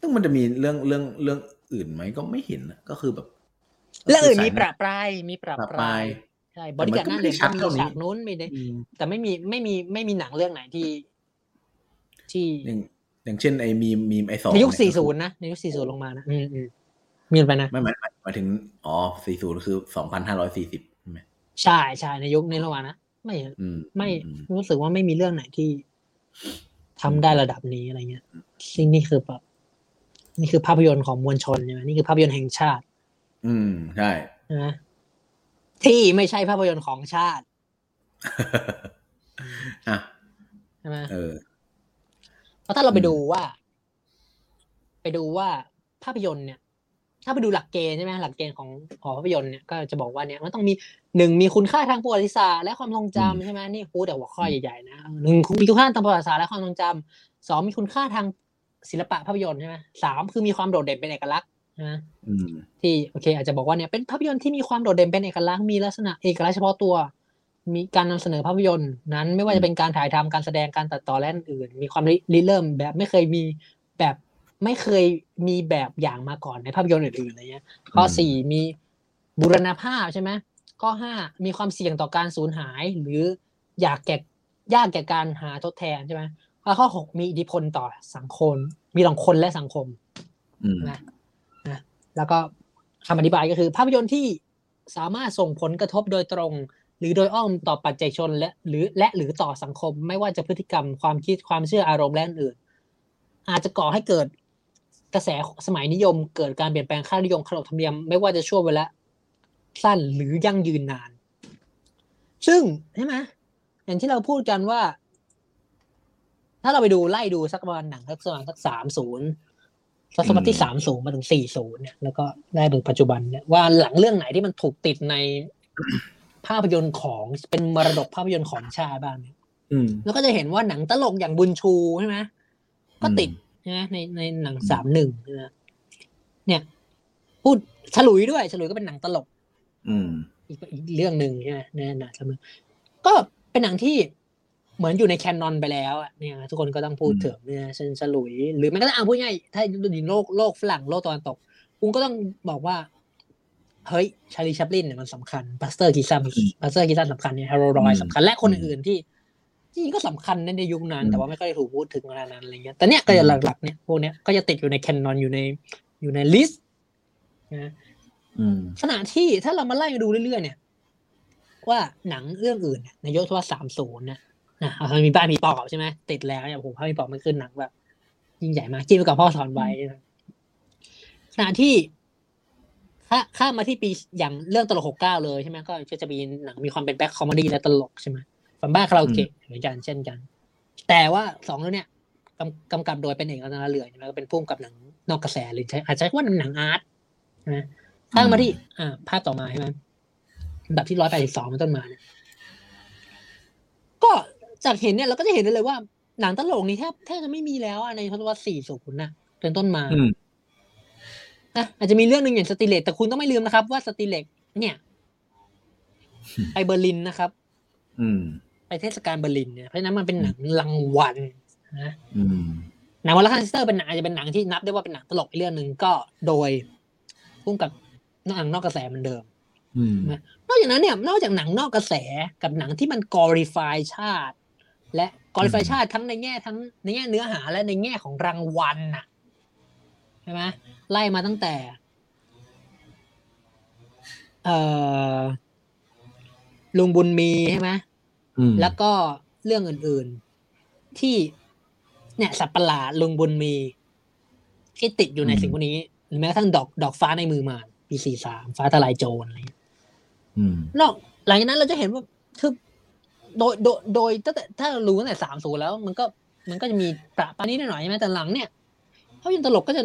S1: ซึ่งมันจะมีเรื่องเรื่องเรื่องอื่นไหมก็ไม่เห็นอะก็คือแบบ
S2: และอื่นมีป
S1: ก็
S2: ระปรายมีป
S1: คื
S2: ระ
S1: อสายหนังปรับ
S2: ป
S1: ป
S2: รา
S1: ลาย ย
S2: ใช่
S1: แต่
S2: บริ
S1: มัน
S2: การ
S1: ก็
S2: ห
S1: ไม่
S2: น้าเห
S1: ได้
S2: ล็ก
S1: ชัด
S2: มี
S1: เท่านี้
S2: ฉากนู้นมีเนี่ย
S1: อืม
S2: แต่ไม่มีไม่มีไม่มีหนังเรื่องไหนที่ที่
S1: อย่างอย่างเช่นไอ้มีมมีมไอ้สอง
S2: ในยุค
S1: เ
S2: 40 นะในยุค 40 ลงมานะ อืมอืมมีไปนะ
S1: ไม่หมายหมายหมายถึง อ๋อ 40 คือ 2,540 ใช่ไหม
S2: ใช่ใช่ในยุคในระหว่างนะไม่
S1: อืม
S2: ไม่
S1: อืม
S2: รู้สึกว่าไม่มีเรื่องไหนที่ทำได้ระดับนี้อะไรเงี้ยซึ่งนี่คือแบบนี่คือภาพยนตร์ของมวลชนใช่ไหมนี่คือภาพยนตร์แห่งชาติ
S1: อืม ใช่
S2: นะที่ไม่ใช่ภาพยนตร์ของชาติ
S1: อ่ะ
S2: ใช่ไหม
S1: เออ
S2: เพราะถ้าเราไป
S1: อืม
S2: ดูว่า ไปดูว่าภาพยนตร์เนี่ย ถ้าไปดูหลักเกณฑ์ใช่ไหมหลักเกณฑ์ของของภาพยนตร์เนี่ยก็จะบอกว่าเนี่ยมันต้องมีหนึ่งมีคุณค่าทางประวัติศาสตร์และความทรงจำใช่ไหมนี่พูดแต่หัวข้อใหญ่ๆนะหนึ่งมีคุณค่าทางประวัติศาสตร์และความทรงจำสองมีคุณค่าทางศิลปะภาพยนตร์ใช่ไหมสามคือมีความโดดเด่นเป็นเอกลักษณ์ใช่ไหม
S1: อืม
S2: ที่โอเค อาจจะบอกว่าเนี่ยเป็นภาพยนตร์ที่มีความโดดเด่นเป็นเอกลักษณ์มีลักษณะเอกลักษณ์เฉพาะตัว มีการนำเสนอภาพยนตร์นั้น ไม่ว่าจะเป็นการถ่ายทำการแสดงการตัดต่อและอื่นๆมีความริเริ่มแบบไม่เคยมีแบบไม่เคยมีแบบอย่างมาก่อนในภาพยนตร์อื่นๆอะไรเงี้ยข้อ
S1: อืม
S2: สี่มีบุรณภาพใช่ไหมข้อห้ามีความเสี่ยงต่อการสูญหาย หรืออยากแก่ยากแก่การหาทดแทนใช่ไหมแล้วข้อหกมีอิทธิพลต่อสังคม มีต่อคนและสังคม
S1: อืม
S2: นะนะแล้วก็คำอธิบายก็คือ ภาพยนตร์ที่สามารถส่งผลกระทบโดยตรง หรือโดยอ้อมต่อปัจเจกชนและหรือและหรือต่อสังคม ไม่ว่าจะพฤติกรรมความคิดความเชื่ออารมณ์และอื่นๆอาจจะก่อให้เกิดกระแสสมัยนิยม เกิดการเปลี่ยนแปลงค่านิยมขนบธรรมเนียมไม่ว่าจะช่วงเวลาสั้นหรือยั่งยืนนาน ซึ่งใช่ไหมอย่างที่เราพูดกันว่า ถ้าเราไปดูไล่ดูสักประมาณหนังสักประมาณสักสามศูนย์สักประมาณที่
S1: อืม
S2: สามศูนย์มาถึงสี่ศูนย์เนี่ยแล้วก็ได้ถึงปัจจุบันเนี่ยว่าหลังเรื่องไหนที่มันถูกติดใน ภาพยนตร์ของเป็นมรดกภาพยนตร์ของชาติบ้างเนี่ย
S1: อืม
S2: แล้วก็จะเห็นว่าหนังตลกอย่างบุญชูใช่ไหมก็ติดนะในในหนัง
S1: อืม
S2: สามหนึ่งนะเนี่ย พูดฉลุยด้วยฉลุยก็เป็นหนังตลก
S1: อืม
S2: อีกอีกเรื่องหนึ่งใช่ไหมแน่นอนเสมอก็เป็นหนังที่เหมือนอยู่ในแคนนอนไปแล้วอะเนี่ย ทุกคนก็ต้องพูด
S1: อืม
S2: ถึงเนี่ยเช่นฉลุย หรือแม้กระทั่งอ่ะพูดง่ายถ้าดูในโลกโลกฝรั่งโลกตะวันตกคุณก็ต้องบอกว่า เฮ้ยชาลีชัปลินเนี่ยมันสำคัญบัสเตอร์กีซัมบัสเตอร์กีซัมสำคัญเนี่ยฮาร์โรรอยสำคัญและคนอื่นๆที่จริงๆก็สำคัญในะในยุคนั้น แต่ว่าไม่ค่อยได้ถูกพูดถึงเวลานั้นอะไรเงี้ยแต่เนี่ยก็จะหลักๆเนี่ยพวกเนี้ยก็จะติดอยู่ในแคนนอนอยู่ในอยู่ในลิสต์นะ
S1: อืม
S2: ขณะที่ถ้าเรามาไล่ดูเรื่อยๆเนี่ย ว่าหนังเรื่องอื่นเนี่ยในยกว่าสามศูนย์นะอ่ะเอามันมีบ้านมีปอบใช่ไหมติดแล้วเนี่ยผมภาพมีปอบมันขึ้นหนังแบบ ยิ่งใหญ่มากจิ้มกับพ่อสอนไว้นะขณะที่ค ถ้าข้ามมาที่ปีอย่างเรื่องตลกหกเก้าเลยใช่ไหมก็จะจะมีหนังมีความเป็นแบ็คคอมเมดี้และตลกใช่ไหมฟัมบ้าคาราโอเกะเหมือนกันเช่นกัน แต่ว่าสองเรื่องเนี้ยกำกำกับโดยเป็นเอกอัตนาเหลือใช่ไหมก็เป็นพุ่มกับหนังนอกกระแสหรือใช้อาจจะใช้ว่าหนังอาร์ตใช่ไหมข้ามมาที่ อ่าภาพต่อมาใช่ไหมอันดับที่ร้อยแปดสิบสองเป็นต้นมาเนี่ยก็จากเห็นเนี่ยเราก็จะเห็นได้เลยว่าหนังตลกนี้แทบแทบจะไม่มีแล้วอะในทศวรรษสี่ศูนย์นะเป็นต้นมา
S1: อืม
S2: นะอาจจะมีเรื่องหนึ่งอย่างสติเลกแต่คุณต้องไม่ลืมนะครับ ว่าสติเลกเนี่ย
S1: อืม
S2: ไปเบอร์ลินนะครับ
S1: อืม
S2: ไปเทศกาลเบอร์ลินเนี่ยเพราะฉะนั้นมันเป็นหนังรางวัลนะ
S1: อืม
S2: หนังวันละคันเตอร์เป็นหนังอาจจะเป็นหนังที่นับได้ว่าเป็นหนังตลกอีกเรื่องหนึ่งก็โดยพุ่มกับหนังนอกกระแสเหมือนเดิม
S1: อืม
S2: นอกจากนั้นเนี่ยนอกจากหนังนอกกระแสกับหนังที่มันกอริฟายชาติ และกอริฟาย
S1: อืม
S2: ชาติทั้งในแง่ทั้งในแง่เนื้อหาและในแง่ของรางวัลน่ะใช่ไหมไล่มาตั้งแต่ เอ่อลุงบุญมีใช่ไหม
S1: อืม
S2: แล้วก็เรื่องอื่นๆ ที่เนี่ยสัตว์ประหลาดลุงบุญมี ที่ติดอยู่ในสิ่งพวกนี้หรือแม้กระทั่งดอกดอกฟ้าในมือมารปีสี่สามฟ้าทลายโจรอะไรอย่างเงี้ย
S1: อืม
S2: นอกหลังจากนั้นเราจะเห็นว่าคือโดยโดยโดยตั้งแต่ถ้าเรารู้ตั้งแต่สามศูนย์แล้ว มันก็มันก็จะมีประปรายนิดหน่อยใช่ไหมแต่หลังเนี่ยภาพยนตร์ตลกก็จะ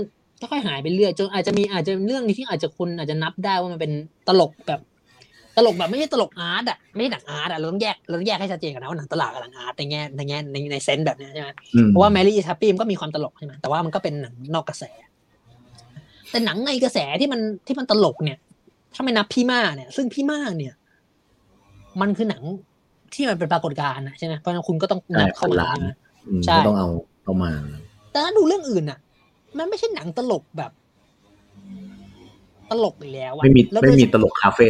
S2: ค่อยๆหายไปเรื่อยจนอาจจะมีอาจจะเรื่องนี้ที่อาจจะคุณอาจจะนับได้ว่ามันเป็นตลกแบบ ตลกแบบไม่ใช่ตลกอาร์ตอ่ะไม่ใช่หนังอาร์ตอ่ะเราต้องแยกเราต้องแยกให้ชัดเจนกันนะว่าหนังตลาดกับหนังอาร์ตในแง่ในแง่ในในเซนส์แบบเนี้ยใช่ไหม
S1: อืม
S2: เพราะว่าแมรี่ทัปปี้มันก็มีความตลกใช่ไหมแต่ว่ามันก็เป็นหนังนอกกระแส แต่หนังในกระแสที่มันที่มันตลกเนี่ย ถ้าไม่นับพี่มาเนี่ย ซึ่งพี่มาเนี่ย มันคือหนังที่มันเป็นปรากฏการณ์นะใช่ไหมเพราะฉะนั้นคุณก็ต้องนับเข้ามาใช่ไหม
S1: อืม
S2: ใช่
S1: ก็ต้องเอาเข้ามา
S2: แต่ถ้าดูเรื่องอื่นน่ะ มันไม่ใช่หนังตลกแบบ ตลกอีกแล้วอะ
S1: ไม่มี
S2: แล้วโด
S1: ไม่
S2: ย
S1: มีตลกคาเฟ่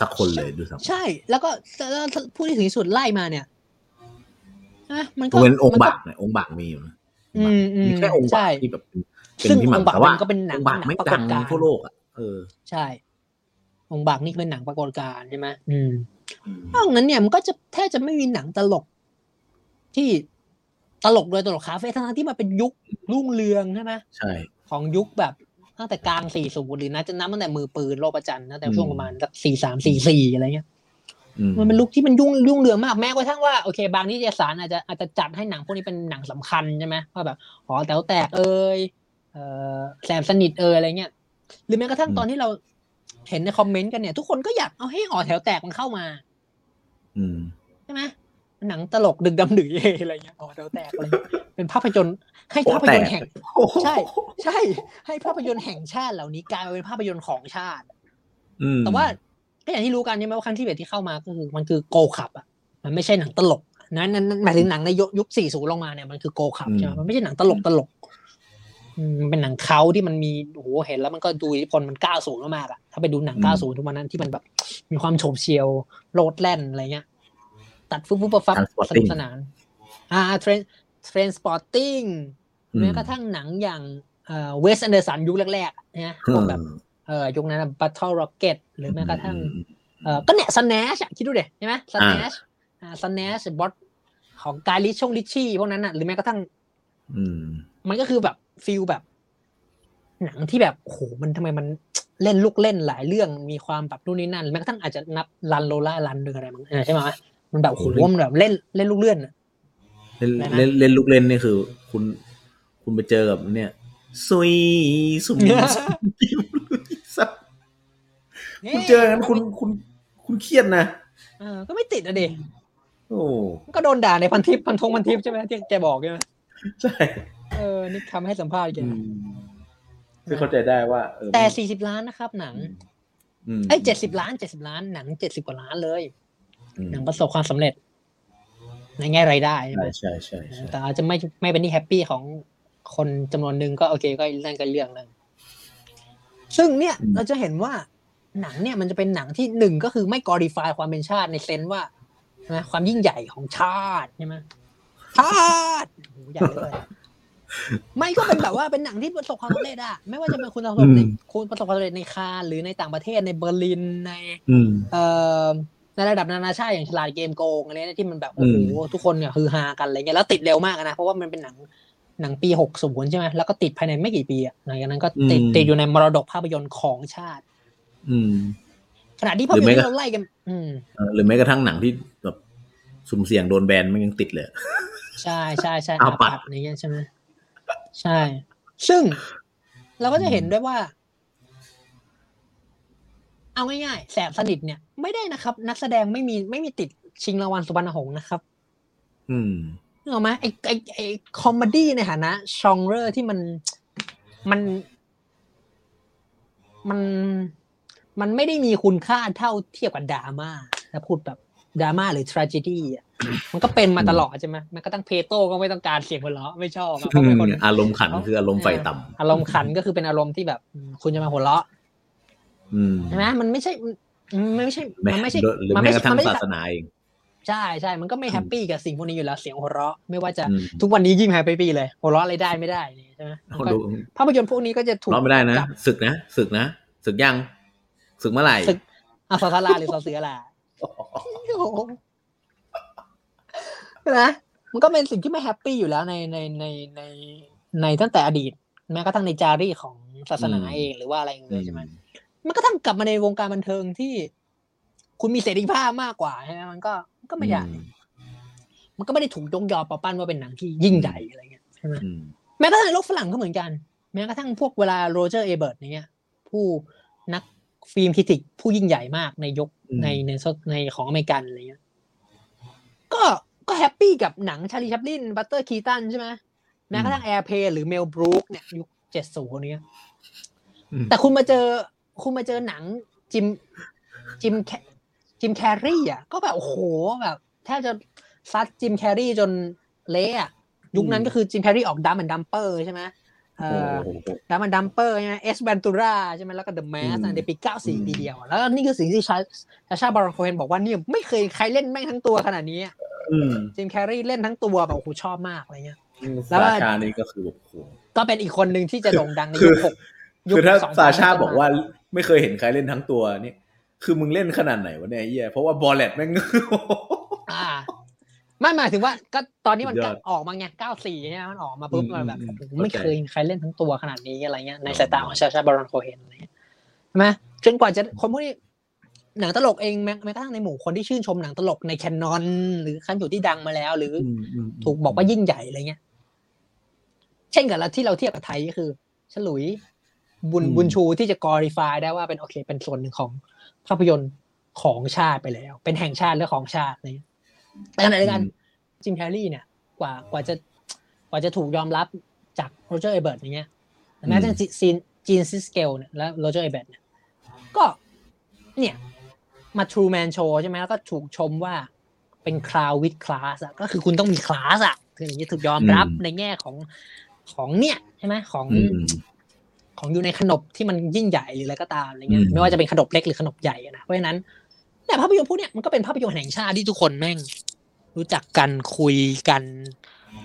S1: สักคนเลยดูสัก
S2: ใช่ แล้วก็แล้วพูดถึงที่สุดไล่มาเนี่ยนะมัน
S1: ย
S2: ก็
S1: กเว้นองค์
S2: มันก็
S1: บากเนี่ยองค์บากมีอยู่นะ
S2: อืมอืม
S1: มีแค่องค์บา
S2: ใช่
S1: กที่แบบเป็น
S2: ซึ่ง
S1: เป็นที่ห
S2: อ
S1: มั่
S2: ง
S1: น
S2: ค์บาก
S1: แต่ว่า
S2: มันก็เป็นหนัง
S1: องค์บากไม่
S2: ปราก
S1: ดั
S2: ฏ
S1: ง
S2: การณ์
S1: ทั่วโลกอ่ะเออ
S2: ใช่องค์บากนี่เป็นหนังปรากฏการณ์ใช่ไหมอืม
S1: อืม
S2: นอกนั้นเนี่ยมันก็จะแทบจะไม่มีหนังตลก ที่ตลกโดยตลกคาเฟ่ทั้งๆที่มันเป็นยุครุ่งเรืองใช่ไหม
S1: ใช่
S2: ของยุคแบบตั้งแต่กลาง 40 หรือนะจะนับตั้งแต่มือปืนโลกประจันทร์ตั้งแต่ช่วงประมาณสัก4344 อะไรเงี้ย
S1: อืม
S2: มันเป็นลุคที่มันยุ่งยุ่งเรืองมากแม้กระทั่งว่าโอเค บางนิตยสารอาจจะอาจจะจัดให้หนังพวกนี้เป็นหนังสำคัญใช่ไหมว่าแบบหอแต๋วแตกเอ่ยเอ่อแสบสนิทเอ่ยอะไรเงี้ยหรือแม้กระทั่งตอนที่เราเห็นในคอมเมนต์กันเนี่ย ทุกคนก็อยากเอาให้หอแถวแตกมันเข้ามา
S1: อืม
S2: ใช่ไหมหนังตลกดึกดำดื่นเยอะไรเงี้ยหอแถวแตกอะไรเงี้ยเป็นภาพยนตร์ให้ภาพยนตร์แห่ง ใช่ ใช่ ให้ภาพยนตร์แห่งชาติเหล่านี้กลายมาเป็นภาพยนตร์ของชาติ
S1: อืม
S2: แต่ว่าก็อย่างที่รู้กันใช่ไหมว่าครั้งที่เบที่เข้ามาก็คือมันคือโกขับอ่ะมันไม่ใช่หนังตลกนะนั่นนั่นหมายถึงหนังในยุคยุคสี่ศูนย์ลงมาเนี่ยมันคือโกขับใช่ไหมมันไม่ใช่หนังตลกตลกอืมมันเป็นหนังเขาที่มันมีโอ้โหเห็นแล้วมันก็ดูอิทธิพลมันเก้าศูนย์มากๆอ่ะถ้าไปดูหนังเก้าศูนย์ทุกวันนั้นที่มันแบบ มีความโฉบเฉียวโลดแล่นอะไรเงี้ย ตัดฟุบฟุบฟับฟับสนุกสนาน อ่าเทรนเทรนสปอร์ติ้งแม้กระทั่งหนังอย่างเวสแอนเดอร์สันยุคแรกๆนะพวกแบบ เอ่อยุคนั้นบัตเทิลร็อกเก็ตหรือแม้กระทั่ง
S1: อืม
S2: เอ่อก็เนี่ยสแนชคิดดูเด็ใช่ไหมสแน
S1: อ่า
S2: ชอ่าสแนชบอสของกายลิชชงลิชชี่พวกนั้นน่ะหรือแม้กระทั่ง
S1: อืม
S2: มันก็คือแบบฟิลแบบ หนังที่แบบโอ้โหมันทำไมมัน เล่นลูกเล่นหลายเรื่องมีความแบบนู่นนี่นั่นหรือแม้กระทั่งอาจจะนับลันโลล่าลันหรืออะไรมั้งเออใช่ไหมวะมันแบบโอ้โห
S1: โอ้โห
S2: มันแบบเล่นเล่นลูกเลื่อนน่ะ
S1: เล่น
S2: อะไรนะ
S1: เล่นเล่นลูกเล่นนี่คือ คุณคุณไปเจอกับเนี่ยซุยสุ่ ม สับปิ้วสับคุณเจออย่างนั้นคุณคุณคุณเครียดนะ
S2: เออก็ไม่ติดอะเด็
S1: โอ้
S2: ก็โดนด่าในพันทิปพันทงพันทิปใช่ไหมที่แกบอกใช่ไหม
S1: ใช่
S2: เออนี่คำให้สัมภาษณ์แก
S1: อืมไม่เข้าใจได้ว่าเออ
S2: แต่สี่สิบล้านนะครับหนัง
S1: อืม
S2: เอ้ยเจ็ดสิบล้านเจ็ดสิบล้านหนังเจ็ดสิบกว่าล้านเลย
S1: อืม
S2: หนังประสบความสำเร็จ ในแง่รายได้ใช่ไห
S1: ใช่
S2: ม
S1: ใช่ใช่ใช่
S2: แต่อาจจะไม่ไม่เป็นที่แฮปปี้ของคนจำนวนหนึ่งก็โอเคก็เรื่องกันเรื่องหนึงซึ่งเนี่ยเราจะเห็นว่าหนังเนี่ยมันจะเป็นหนังที่หนึ่งก็คือไม่กอริฟายความเป็นชาติในเซนส์ว่านะความยิ่งใหญ่ของชาติใช่ไหมชาติโอ้โหใหญ่ เลย ไม่ก็เป็นแบบว่าเป็นหนังที่ประสบความสำเร็จอะไม่ว่าจะเป็นคุณประสบความสำเร็จคุณประสบความสำเร็จในคานส์หรือในต่างประเทศในเบอร์ลินใน
S1: อืม
S2: เอ่อในระดับนานาชาติอย่างฉลาดเกมโกงอะไรเนี่ยที่มันแบบ
S1: อื
S2: โอ้
S1: ม
S2: โหทุกคนเนี่ยฮือฮากันอะไรเงี้ยแล้วติดเร็วมากอะนะเพราะว่ามันเป็นหนังหนังปีหกศูนย์ใช่ไหมแล้วก็ติดภายในไม่กี่ปีอะหลังจากนั้นก็ติดติดอยู่ในมรดกภาพยนตร์ของชาติ
S1: อืม
S2: ขณะที่ภาพยนตร์
S1: หรือไม่ก็
S2: ที่เราไล่กัน อืม
S1: เออหรือแม้กระทั่งหนังที่แบบสุ่มเสี่ยงโดนแบนมันยังติดเลย
S2: ใช่ใช่ใช่
S1: เอาปัด
S2: อะไรเงี้ยใช่ไหมใช่ ซึ่งเราก็จะเห็นด้วยว่า เอาง่ายๆแสบสนิทเนี่ย ไม่ได้นะครับ นักแสดงไม่มีไม่มีติดชิงรางวัลสุวรรณหงส์นะครับ
S1: อืม
S2: นึกออกไหมไอไอไอคอมเมดี้ในฐานะชองเรอร์ที่มันมัน มันมันไม่ได้มีคุณค่าเท่าเทียบกับดราม่าถ้าพูดแบบดราม่าหรือทรา g e d y อ่ะ มันก็เป็นมาตลอดใช่ไหมมันก็ตั้งเพโต้ก็ไม่ต้องการเสียงหัวเราะไม่ชอบอะเพราะเป็นคน
S1: อารมณ์ขันคืออารมณ์ไฟต่ำ
S2: อารมณ์ขันก็คือเป็นอารมณ์ที่แบบอืมคุณจะมาหัวเราะ
S1: อืม
S2: ใช่ไหมมันไม่ใช่มันไม่ใช่
S1: แม้
S2: มันไม่ใช่
S1: หรือ
S2: มัน
S1: แม้
S2: ไม่
S1: กระ
S2: ใช่
S1: ทั่ง
S2: มันไม่
S1: ศา
S2: ใช่
S1: สนาเอง
S2: ใช่ใช่มันก็ไม่แฮปปี้กับสิ่งพวกนี้อยู่แล้วเสียงหัวเราะไม่ว่าจะ
S1: อืม
S2: ทุกวันนี้ยิ่งแฮปปี้เลยหัวเราะอะไรได้ไม่ได้ใช่ไหม
S1: เอาดู
S2: ภาพยนตร์พวกนี้ก็จะถูก
S1: รอบไม่ได้นะ
S2: จับ
S1: ศึกนะศึกนะศึกยังศึกเมื่อไหร่
S2: ศึกอาสาสลาหรือสอเสือล่ะโอ้โหนะมันก็เป็นสิ่งที่ไม่แฮปปี้อยู่แล้วในในในในในตั้งแต่อดีตแม้กระทั่งในจารีตของศาสนา
S1: อืม
S2: เองหรือว่าอะไรอย่าง
S1: อื
S2: เงี้ยใช่ไหม
S1: ม
S2: มันก็ทั้งกลับมาในวงการบันเทิงที่ คุณมีเสรีภาพมากกว่าใช่ไหมมันก็มันก็ไม่ได้ มันก็ไม่ได้ถูกยกยอปอปั้นว่าเป็นหนังที่ยิ่งใหญ่อะไรเงี้ยใช่ไหม
S1: อืม
S2: แม้กระทั่งในโลกฝรั่งก็เหมือนกัน แม้กระทั่งพวกเวลาโรเจอร์เอเบิร์ตเนี่ย ผู้นักฟิล์มคริติกผู้ยิ่งใหญ่มากในยุค
S1: อืม
S2: ในในในของอเมริกันอะไรเงี้ยก็ก็แฮปปี้กับหนังชาลีชัปลินบัตเตอร์คีตันใช่ไหมแม้กระทั่งแอร์เพย์หรือเมลบรูคเนี่ยยุคเจ็ดศูนย์เนี้ย
S1: อืม
S2: แต่คุณมาเจอคุณมาเจอหนังจิมจิมแคจิมแคร์รี่อ่ะก็แบบโอ้โหแบบแทบจะซัดจิมแคร์รี่จนเละอ่ะยุคนั้นก็คือจิมแคร์รี่ออกดัมแอนดัมเปอร์ใช่ไหมเอ่อ
S1: โอ้โห
S2: ดัมแอนดัมเปอร์ใช่ไหมเอสแวนตูราใช่ไหมแล้วก็เดอะแมส
S1: อืม
S2: ในปีเก้าสี่
S1: อืม
S2: ปีเดียวอะแล้วนี่คือสิ่งที่ชาชาชาบารอนโคเฮนบอกว่าเนี่ยไม่เคยใครเล่นแม่งทั้งตัวขนาดนี้
S1: อืม
S2: จิมแคร์รี่เล่นทั้งตัวแบบโอ้โหชอบมากอะไรเงี้ย แล้
S1: ซาว
S2: ว่า
S1: ชานี่ก็คือแบบโอ้โห
S2: ก็เป็นอีกคนหนึ่งที่จะโด่งดังใน
S1: คือ
S2: ยุคหกยุค
S1: คือถ้า
S2: สอง
S1: ซาชา
S2: พัน
S1: บอกว่าไม่เคยเห็นใครเล่นทั้งตัวนี่คือมึงเล่นขนาดไหนวะเนี่ยไอ้เหี้ยเพราะว่าบอลเลตแม่ง
S2: อ่าไม่หมายถึงว่าก็ตอนนี้มัน
S1: สุดย
S2: ก็
S1: อด
S2: ออกมาไงเก้าสี่ใช่ไหมมันออกมาปุ๊บ
S1: อืม
S2: มันแบบ
S1: อืมอืม
S2: ไม่
S1: เข้าใจ
S2: เคยใครเล่นทั้งตัวขนาดนี้อะไรเงี้ยใน
S1: อืม
S2: สายตาของชาชาบารอนโคเฮนอะไรเงี้ยใช่ไหมจนกว่าจะคนพวกนี้หนังตลกเองแม้แม้กระทั่งในหมู่คนที่ชื่นชมหนังตลกในแคนนอน หรือขั้นอยู่ที่ดังมาแล้ว หรืออ ถูกบอกว่ายิ่งใหญ่อะไรเงี้ย เช่นกับเราที่เราเทียบกับไทยก็คือ ฉลุย บุญ
S1: อืม
S2: บุญชูที่จะกริฟายได้ว่าเป็นโอเค เป็นส่วนหนึ่งของภาพยนตร์ของชาติไปแล้ว เป็นแห่งชาติและของชาติอะไรเงี้ยแต่ขณะเดียวกัน จิมแคร์รี่เนี่ยกว่ากว่าจะกว่าจะถูกยอมรับจากโรเจอร์เอเบิร์ตอย่างเงี้ยแม้แต่ซีนจีนซิสเกลเนี่ยและโรเจอร์เอเบิร์ตเนี่ยก็เนี่ย มาทรูแมนโชใช่ไหมแล้วก็ถูกชมว่าเป็นคลาววิดคลาสอะก็คือคุณต้องมีคลาสอะถึงอย่างนี้ถูกยอมรับในแง่ของของเนี่ยใช่ไหมของ
S1: อืม
S2: ของอยู่ในขนบที่มันยิ่งใหญ่หรืออะไรก็ตามอะไรเงี้ย
S1: อืม
S2: ไม่ว่าจะเป็นขนบเล็กหรือขนบใหญ่อะนะเพราะฉะนั้นเนี่ยภาพยนตร์พวกเนี้ยมันก็เป็นภาพยนตร์แห่งชาติที่ทุกคนแม่ง รู้จักกันคุยกัน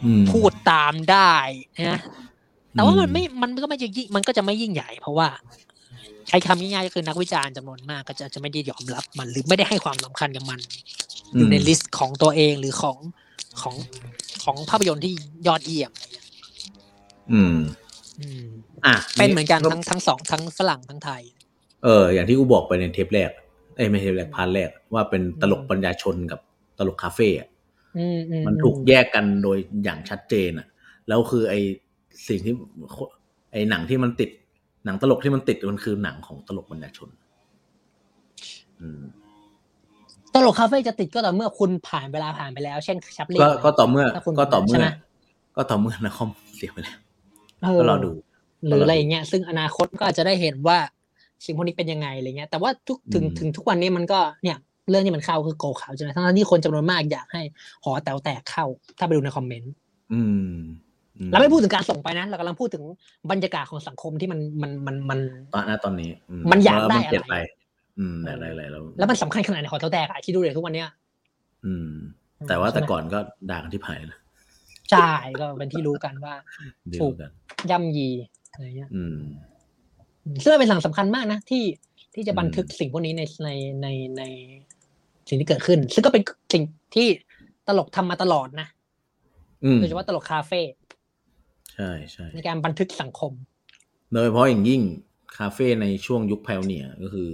S1: อืม
S2: พูดตามได้นะแต่ว่า
S1: อืม
S2: มันไม่มันก็ไม่จะยิ่งมันก็จะไม่ยิ่งใหญ่ เพราะว่า ใช้คำง่ายๆก็คือนักวิจารณ์จำนวนมากก็จะจะไม่ได้ยอมรับมัน หรือไม่ได้ให้ความสำคัญกับมัน อยู่ในลิสต์ของตัวเองหรือของของของภาพยนตร์ที่ยอดเยี่ยม
S1: อืม
S2: อืม
S1: อ่ะ
S2: เป็นเหมือนกัน
S1: ก็
S2: ทั้งทั้งสองทั้งฝรั่งทั้งไทย
S1: เออ อย่างที่กูบอกไปในเทปแรกเอ้ยไม่ใช่เทปแรกพาร์ทแรก ว่าเป็นตลกปัญญาชนกับตลกคาเฟ่อะ
S2: อืมอื
S1: มันถูกแยกกันโดยอย่างชัดเจนอะแล้วคือไอสิ่งที่โคไอหนังที่มันติด หนังตลกที่มันติดมันคือหนังของตลกบรรดาชน อืม
S2: ตลกคาเฟ่จะติดก็ต่อเมื่อคุณผ่านเวลาผ่านไปแล้ว เช่นชับลิ
S1: ก็ก็ต่อเมื่อ
S2: ถ้าคุณ
S1: ก็ต่อเมื่
S2: ใช่
S1: อ
S2: ไหม
S1: ก็ต่อเมื่อนะคอมเสียไปแล้ว
S2: เอ
S1: ก็รอดู
S2: หรืออะไรอย่างเงี้ยซึ่งอนาคตก็อาจจะได้เห็นว่าสิ่งพวกนี้เป็นยังไงอะไรเงี้ยแต่ว่าทุกถึง
S1: อืม
S2: ถึงทุกวันนี้มันก็เนี่ย เรื่องที่มันเข้าคือโกขาวใช่ไหมทั้งที่คนจำนวนมากอยากให้หอแต๋วแตกเข้า ถ้าไปดูในคอมเมนต์
S1: อืมอื
S2: เราไม่พูดถึงการส่งไปนะเรากำลังพูดถึงบรรยากาศของสังคมที่มันมันมันมัน
S1: ตอนหน้าตอนนี้
S2: มันอยากได้
S1: เพะว่มันเปลี่ยน
S2: อะไร
S1: ไป อืมอะไรอะไรแล้ว
S2: แล้วมันสำคัญขนาดไหนหอแต๋วแตกอะคิดดูเลยทุกวันเนี้ย
S1: อืม แต่ว่า
S2: ใช่
S1: แต่
S2: ไหม
S1: ก่อนก็ด่ากันที่ไผ่นะ
S2: ใช่ก็เป็นที่รู้กันว่า
S1: เดีย
S2: ถู
S1: ว
S2: ก
S1: กัน
S2: ย่ำยีอะไรเงี้ย
S1: อืม
S2: ซึ่งมันเป็นหลังสำคัญมากนะที่ที่จะบันทึก
S1: อืม
S2: สิ่งพวกนี้ในในในในสิ่งที่เกิดขึ้น ซึ่งก็เป็นสิ่งที่ตลกทำมาตลอดนะ
S1: อืม
S2: โดยเฉพาะตลกคาเฟ่
S1: ใช่ใช่
S2: ในการบันทึกสังคม
S1: โดยเฉพาะอย่างยิ่งคาเฟ่ในช่วงยุคไพโอเนียก็คือ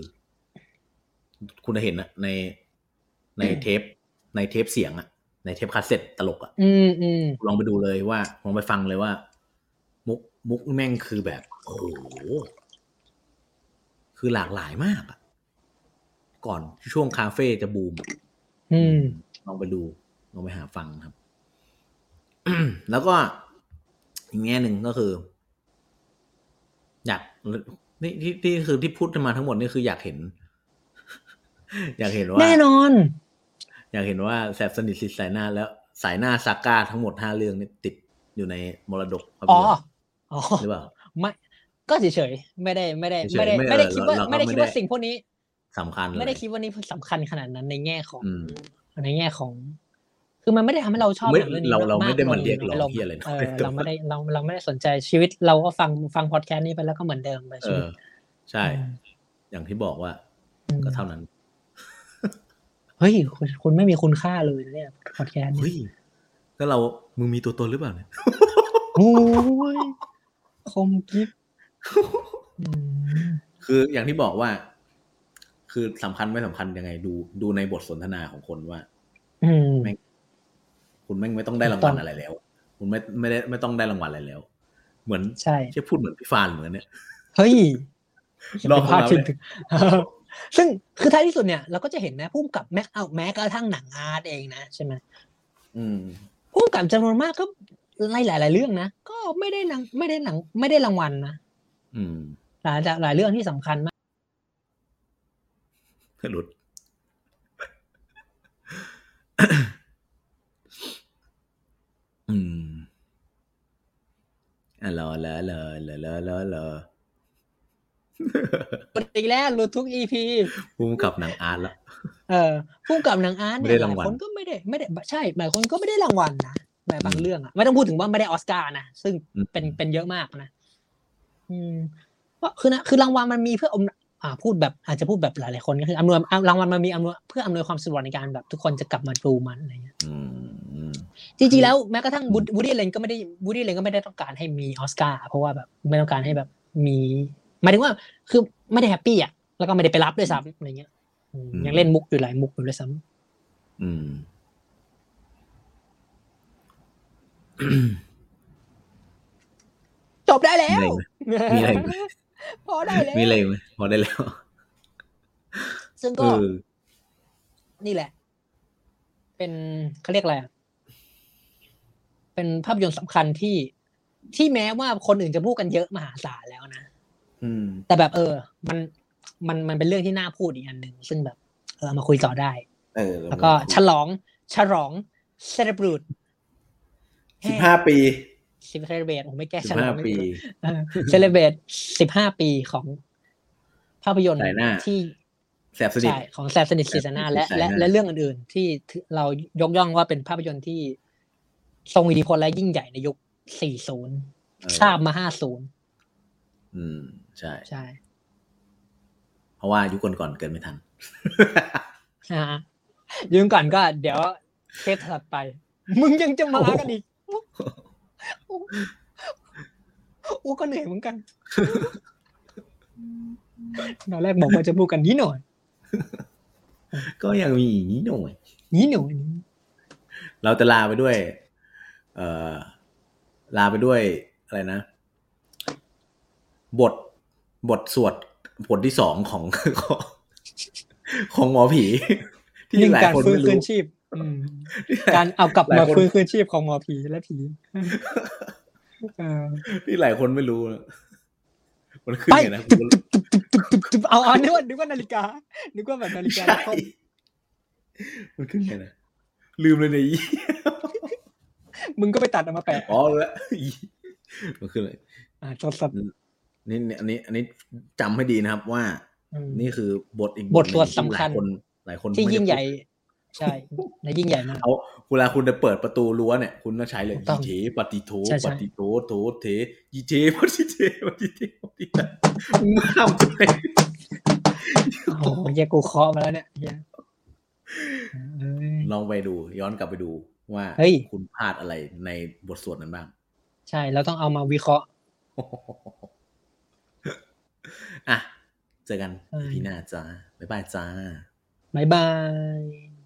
S1: คุณจะเห็นอะในในเทป ในเทปเสียงอะในเทปคาสเซ็ตตลกอะ
S2: อืมอืม
S1: ลองไปดูเลยว่าลองไปฟังเลยว่า มุกมุกแม่งคือแบบโอ้โหคือหลากหลายมากอะก่อนช่วงคาเฟ่จะบูมอะ
S2: อืม
S1: ลองไปดูลองไปหาฟังครับ แล้วก็อีกแง่หนึ่งก็คือ อยากนี่ที่ที่คือที่พูดมาทั้งหมดนี่คืออยากเห็น อยากเห็นว่า
S2: แน่นอน
S1: อยากเห็นว่าแสบสนิทสิทธิ์สายหน้าแล้วสายหน้าซาก้าทั้งหมดห้าเรื่องเนี่ยติดอยู่ในมรดกภาพ
S2: อ๋อย
S1: นตร์
S2: อ๋อ
S1: หรือเปล่า
S2: ไม่ก็เฉยๆไม่ได้ไม่ได้
S1: เฉยๆ
S2: ไม่ได้
S1: ไม่เออ
S2: ไม่ได้
S1: เราเราก็
S2: คิดว่าไม่ได้คิด
S1: ไม่ได้
S2: ว่าสิ่งพวกนี้
S1: สำคัญเลย
S2: ไม่ได้คิดว่านี่สำคัญขนาดนั้นในแง่ของ
S1: อืม
S2: ในแง่ของ คือมันไม่ได้ทำให้เราชอบ
S1: ไม่
S2: หนังเรื่องนี้
S1: เราเรา
S2: ก
S1: ไม่ได้มาเรียก
S2: ล
S1: ร้องเหี้ยอะไรนะ
S2: เอ อเราไม่ได้เราเราไม่ได้สนใจชีวิตเราก็ฟังฟังพอดแคสต์นี้ไปแล้วก็เหมือนเดิมไป
S1: เอ
S2: ชีวิต
S1: อ ใช่ อย่างที่บอกว่า ก็เท่านั้น
S2: เฮ้ยคุณคุณไม่มีคุณค่าเลยนะเนี่ยพอดแคสต์
S1: เฮ้
S2: เนี่ย
S1: ยก็เรามึงมีตัวตนหรือเปล่าเนี่ย
S2: โอ้ยคมกิฟ
S1: คืออย่างที่บอกว่า คือสำคัญไม่สำคัญยังไง ดูดูในบทสนทนาของคนว่า
S2: อืม
S1: คุณแม่งไม่ต้องได้ราง
S2: ถู
S1: วั
S2: กต้อ
S1: ล
S2: ง
S1: อะไรแล้ว คุณไม่ไม่ได้ไม่ต้องได้รางวัลอะไรแล้ว เหมือน
S2: ใช่
S1: ใช่พูดเหมือนพี่ฟานเหมือนกัน เนี่ย
S2: เฮ้ย
S1: ลอง
S2: ภาพ
S1: เอา
S2: ถึง
S1: เลย
S2: ซึ่งคือท้ายที่สุดเนี่ยเราก็จะเห็นนะพุ่มกับแม้เอาแม้กระทั่งหนังอาร์ตเองนะใช่ไหม
S1: อืม
S2: ผู้กำกับจำนวนมากก็ไล่หลาย ๆ เรื่องนะ ก็ไม่ได้หนังไม่ได้หนังไม่ได้รางวัลนะ
S1: อืม
S2: หลายหลายเรื่องที่สำคัญมาก
S1: หลุด อืมอ่ะรอรอรอรอรอรอรอ
S2: อีกแล้วหลุดทุกอีพี
S1: ภูมิกับหนังอาร์ตละ
S2: เออผู้กำกับหนังอาร์ต
S1: ไม่
S2: เนี่ย
S1: ได้
S2: ห
S1: รา
S2: ลาย
S1: งวัล
S2: คนก็ไม่ได้ไม่ได้ใช่หลายคนก็ไม่ได้รางวัลนะหลายบางเรื่องอะไม่ต้องพูดถึงว่าไม่ได้ออสการ์นะซึ่ง
S1: อืม
S2: เป็นเป็นเยอะมากนะ อืมเพราะคือนะคือรางวัลมันมีเพื่ออมอ่า พูดแบบอาจจะพูดแบบหลาย ๆ คนก็คืออำนวยรางวัลมันมีอำนวยเพื่ออำนวยความสะดวกในการแบบทุกคนจะกลับมาดูมันอะไรเงี้ย
S1: อืมอืม
S2: จริงๆแล้วแม้กระทั่ง
S1: อืม
S2: วูดี้เลนก็ไม่ได้วูดี้เลนก็ไม่ได้ต้องการให้มีออสการ์เพราะว่าแบบไม่ต้องการให้แบบมีหมายถึงว่าคือไม่ได้แฮปปี้อ่ะแล้วก็ไม่ได้ไปรับด้วยซ้ำอะไรเงี้ยอืมยังเล่นมุกอยู่หลายมุกอยู่ด้วยซ้
S1: อืม
S2: ำจบได้แล้ว
S1: มีอะไรไหม
S2: พอได้แล้ว
S1: มีอะไรอีกไหมพอได้แล้ว
S2: ซึ่ง
S1: เอ
S2: ก็
S1: อ
S2: นี่แหละ เป็นเขาเรียกอะไรอะเป็นภาพยนตร์สำคัญที่ที่แม้ว่าคนอื่นจะพูดกันเยอะมหาศาลแล้วนะ
S1: อืม
S2: แต่แบบเออ มันมันมันเป็นเรื่องที่น่าพูดอีกอันหนึ่งซึ่งแบบ เออเอามาคุยต่อได้
S1: เออ
S2: แล้วก็ฉลองฉลองเซเลบรูด
S1: สิบห้าปี
S2: สิบเซเลบรตผมไม่แก้
S1: สิ
S2: ฉ
S1: บ
S2: ลอ
S1: ห้าง
S2: ไม่
S1: ปี
S2: ถูกเซเลบรตสิบห้าปีของภาพยนตร์
S1: สายหน้า
S2: ที่
S1: แสบสนิท
S2: ใช่ของแซมสนิทศิษนาและ
S1: สายหน้า
S2: และและเรื่องอื่นๆ ที่เรายกย่องว่าเป็นภาพยนตร์ที่ทรงอิทธิพลและยิ่งใหญ่ในยุค
S1: เออ
S2: 40ทราบมา 50
S1: อืม ใช่
S2: ใช่
S1: เพราะว่ายุคก่อนๆเกิดไม่ ทัน
S2: นะฮะ ยืมก่อนก็เดี๋ยวเทปถัดไป มึงยังจะมากันอีกอู้ก็เหนื่อยเหมือนกัน ตอนแรกบอกว่าจะพูดกันนี้หน่อย
S1: ก็ยังมีอีกนิดหน่อย
S2: นี้หน่อย
S1: เราจะลาไปด้วย เอ่อ ลาไปด้วยอะไรนะ บท บทสวดบทที่สองของ ของของหมอผี ที่
S2: ยิ่ง
S1: หลาย
S2: การ
S1: คน
S2: ฟื้น
S1: ไม่
S2: คื
S1: รู้
S2: นชีพอืมการเอากลับ
S1: หลย
S2: มา
S1: คน
S2: ฟื้นคืนชีพของหมอผีและผีเออ
S1: ที่หลายคนไม่รู้นะมันขึ้น
S2: ไป
S1: ไงนะ
S2: ตึบตึบตึบตึบตึบตึบตึบเอาเอานึกว่านึกว่านาฬิกา นึกว่าแบบนาฬิกา
S1: ใช่มั
S2: แล้วก็
S1: นขึ้นไงนะลืมเลยในยอี
S2: มึงก็ไปตัดเอามาแปะ
S1: อ๋อแล้วอีมันขึ้นเลย
S2: อ่าโทรศัพท์
S1: นี่นี่อันนี้ อันนี้จำให้ดีนะครับว่า
S2: อืม
S1: นี่คือบทอีก
S2: บทสวด
S1: หนึ่งที่
S2: สำคัญ
S1: หลายคนหลายคน
S2: ที่
S1: ไม่ได้
S2: ยิ่งใหญ่
S1: พูด
S2: ใช่และยิ่งใหญ่มาก
S1: เอาเวลาคุณจะเปิดประตูรั้วเนี่ย คุณต้องใช้เลย
S2: ถูก
S1: ยี
S2: ต้อง
S1: เทปฏิโท
S2: ใช่ใช่
S1: ปฏิโทโทเทยีเทปฏิเทปฏิเทปฏิเท มึงห้ามกูเลย
S2: โอ้โหเฮียกูเคาะมาแล้วเนี่ยเฮียเอ้ย
S1: ลองไปดู ย้อนกลับไปดูว่า
S2: เฮ้ย
S1: คุณพลาดอะไรในบทสวดนั้นบ้าง
S2: ใช่เราต้องเอามาวิเคราะห์
S1: อ่ะ เจอกัน
S2: ใช่
S1: พี่หน้าจ้าบ๊ายบายจ้า
S2: บ๊ายบาย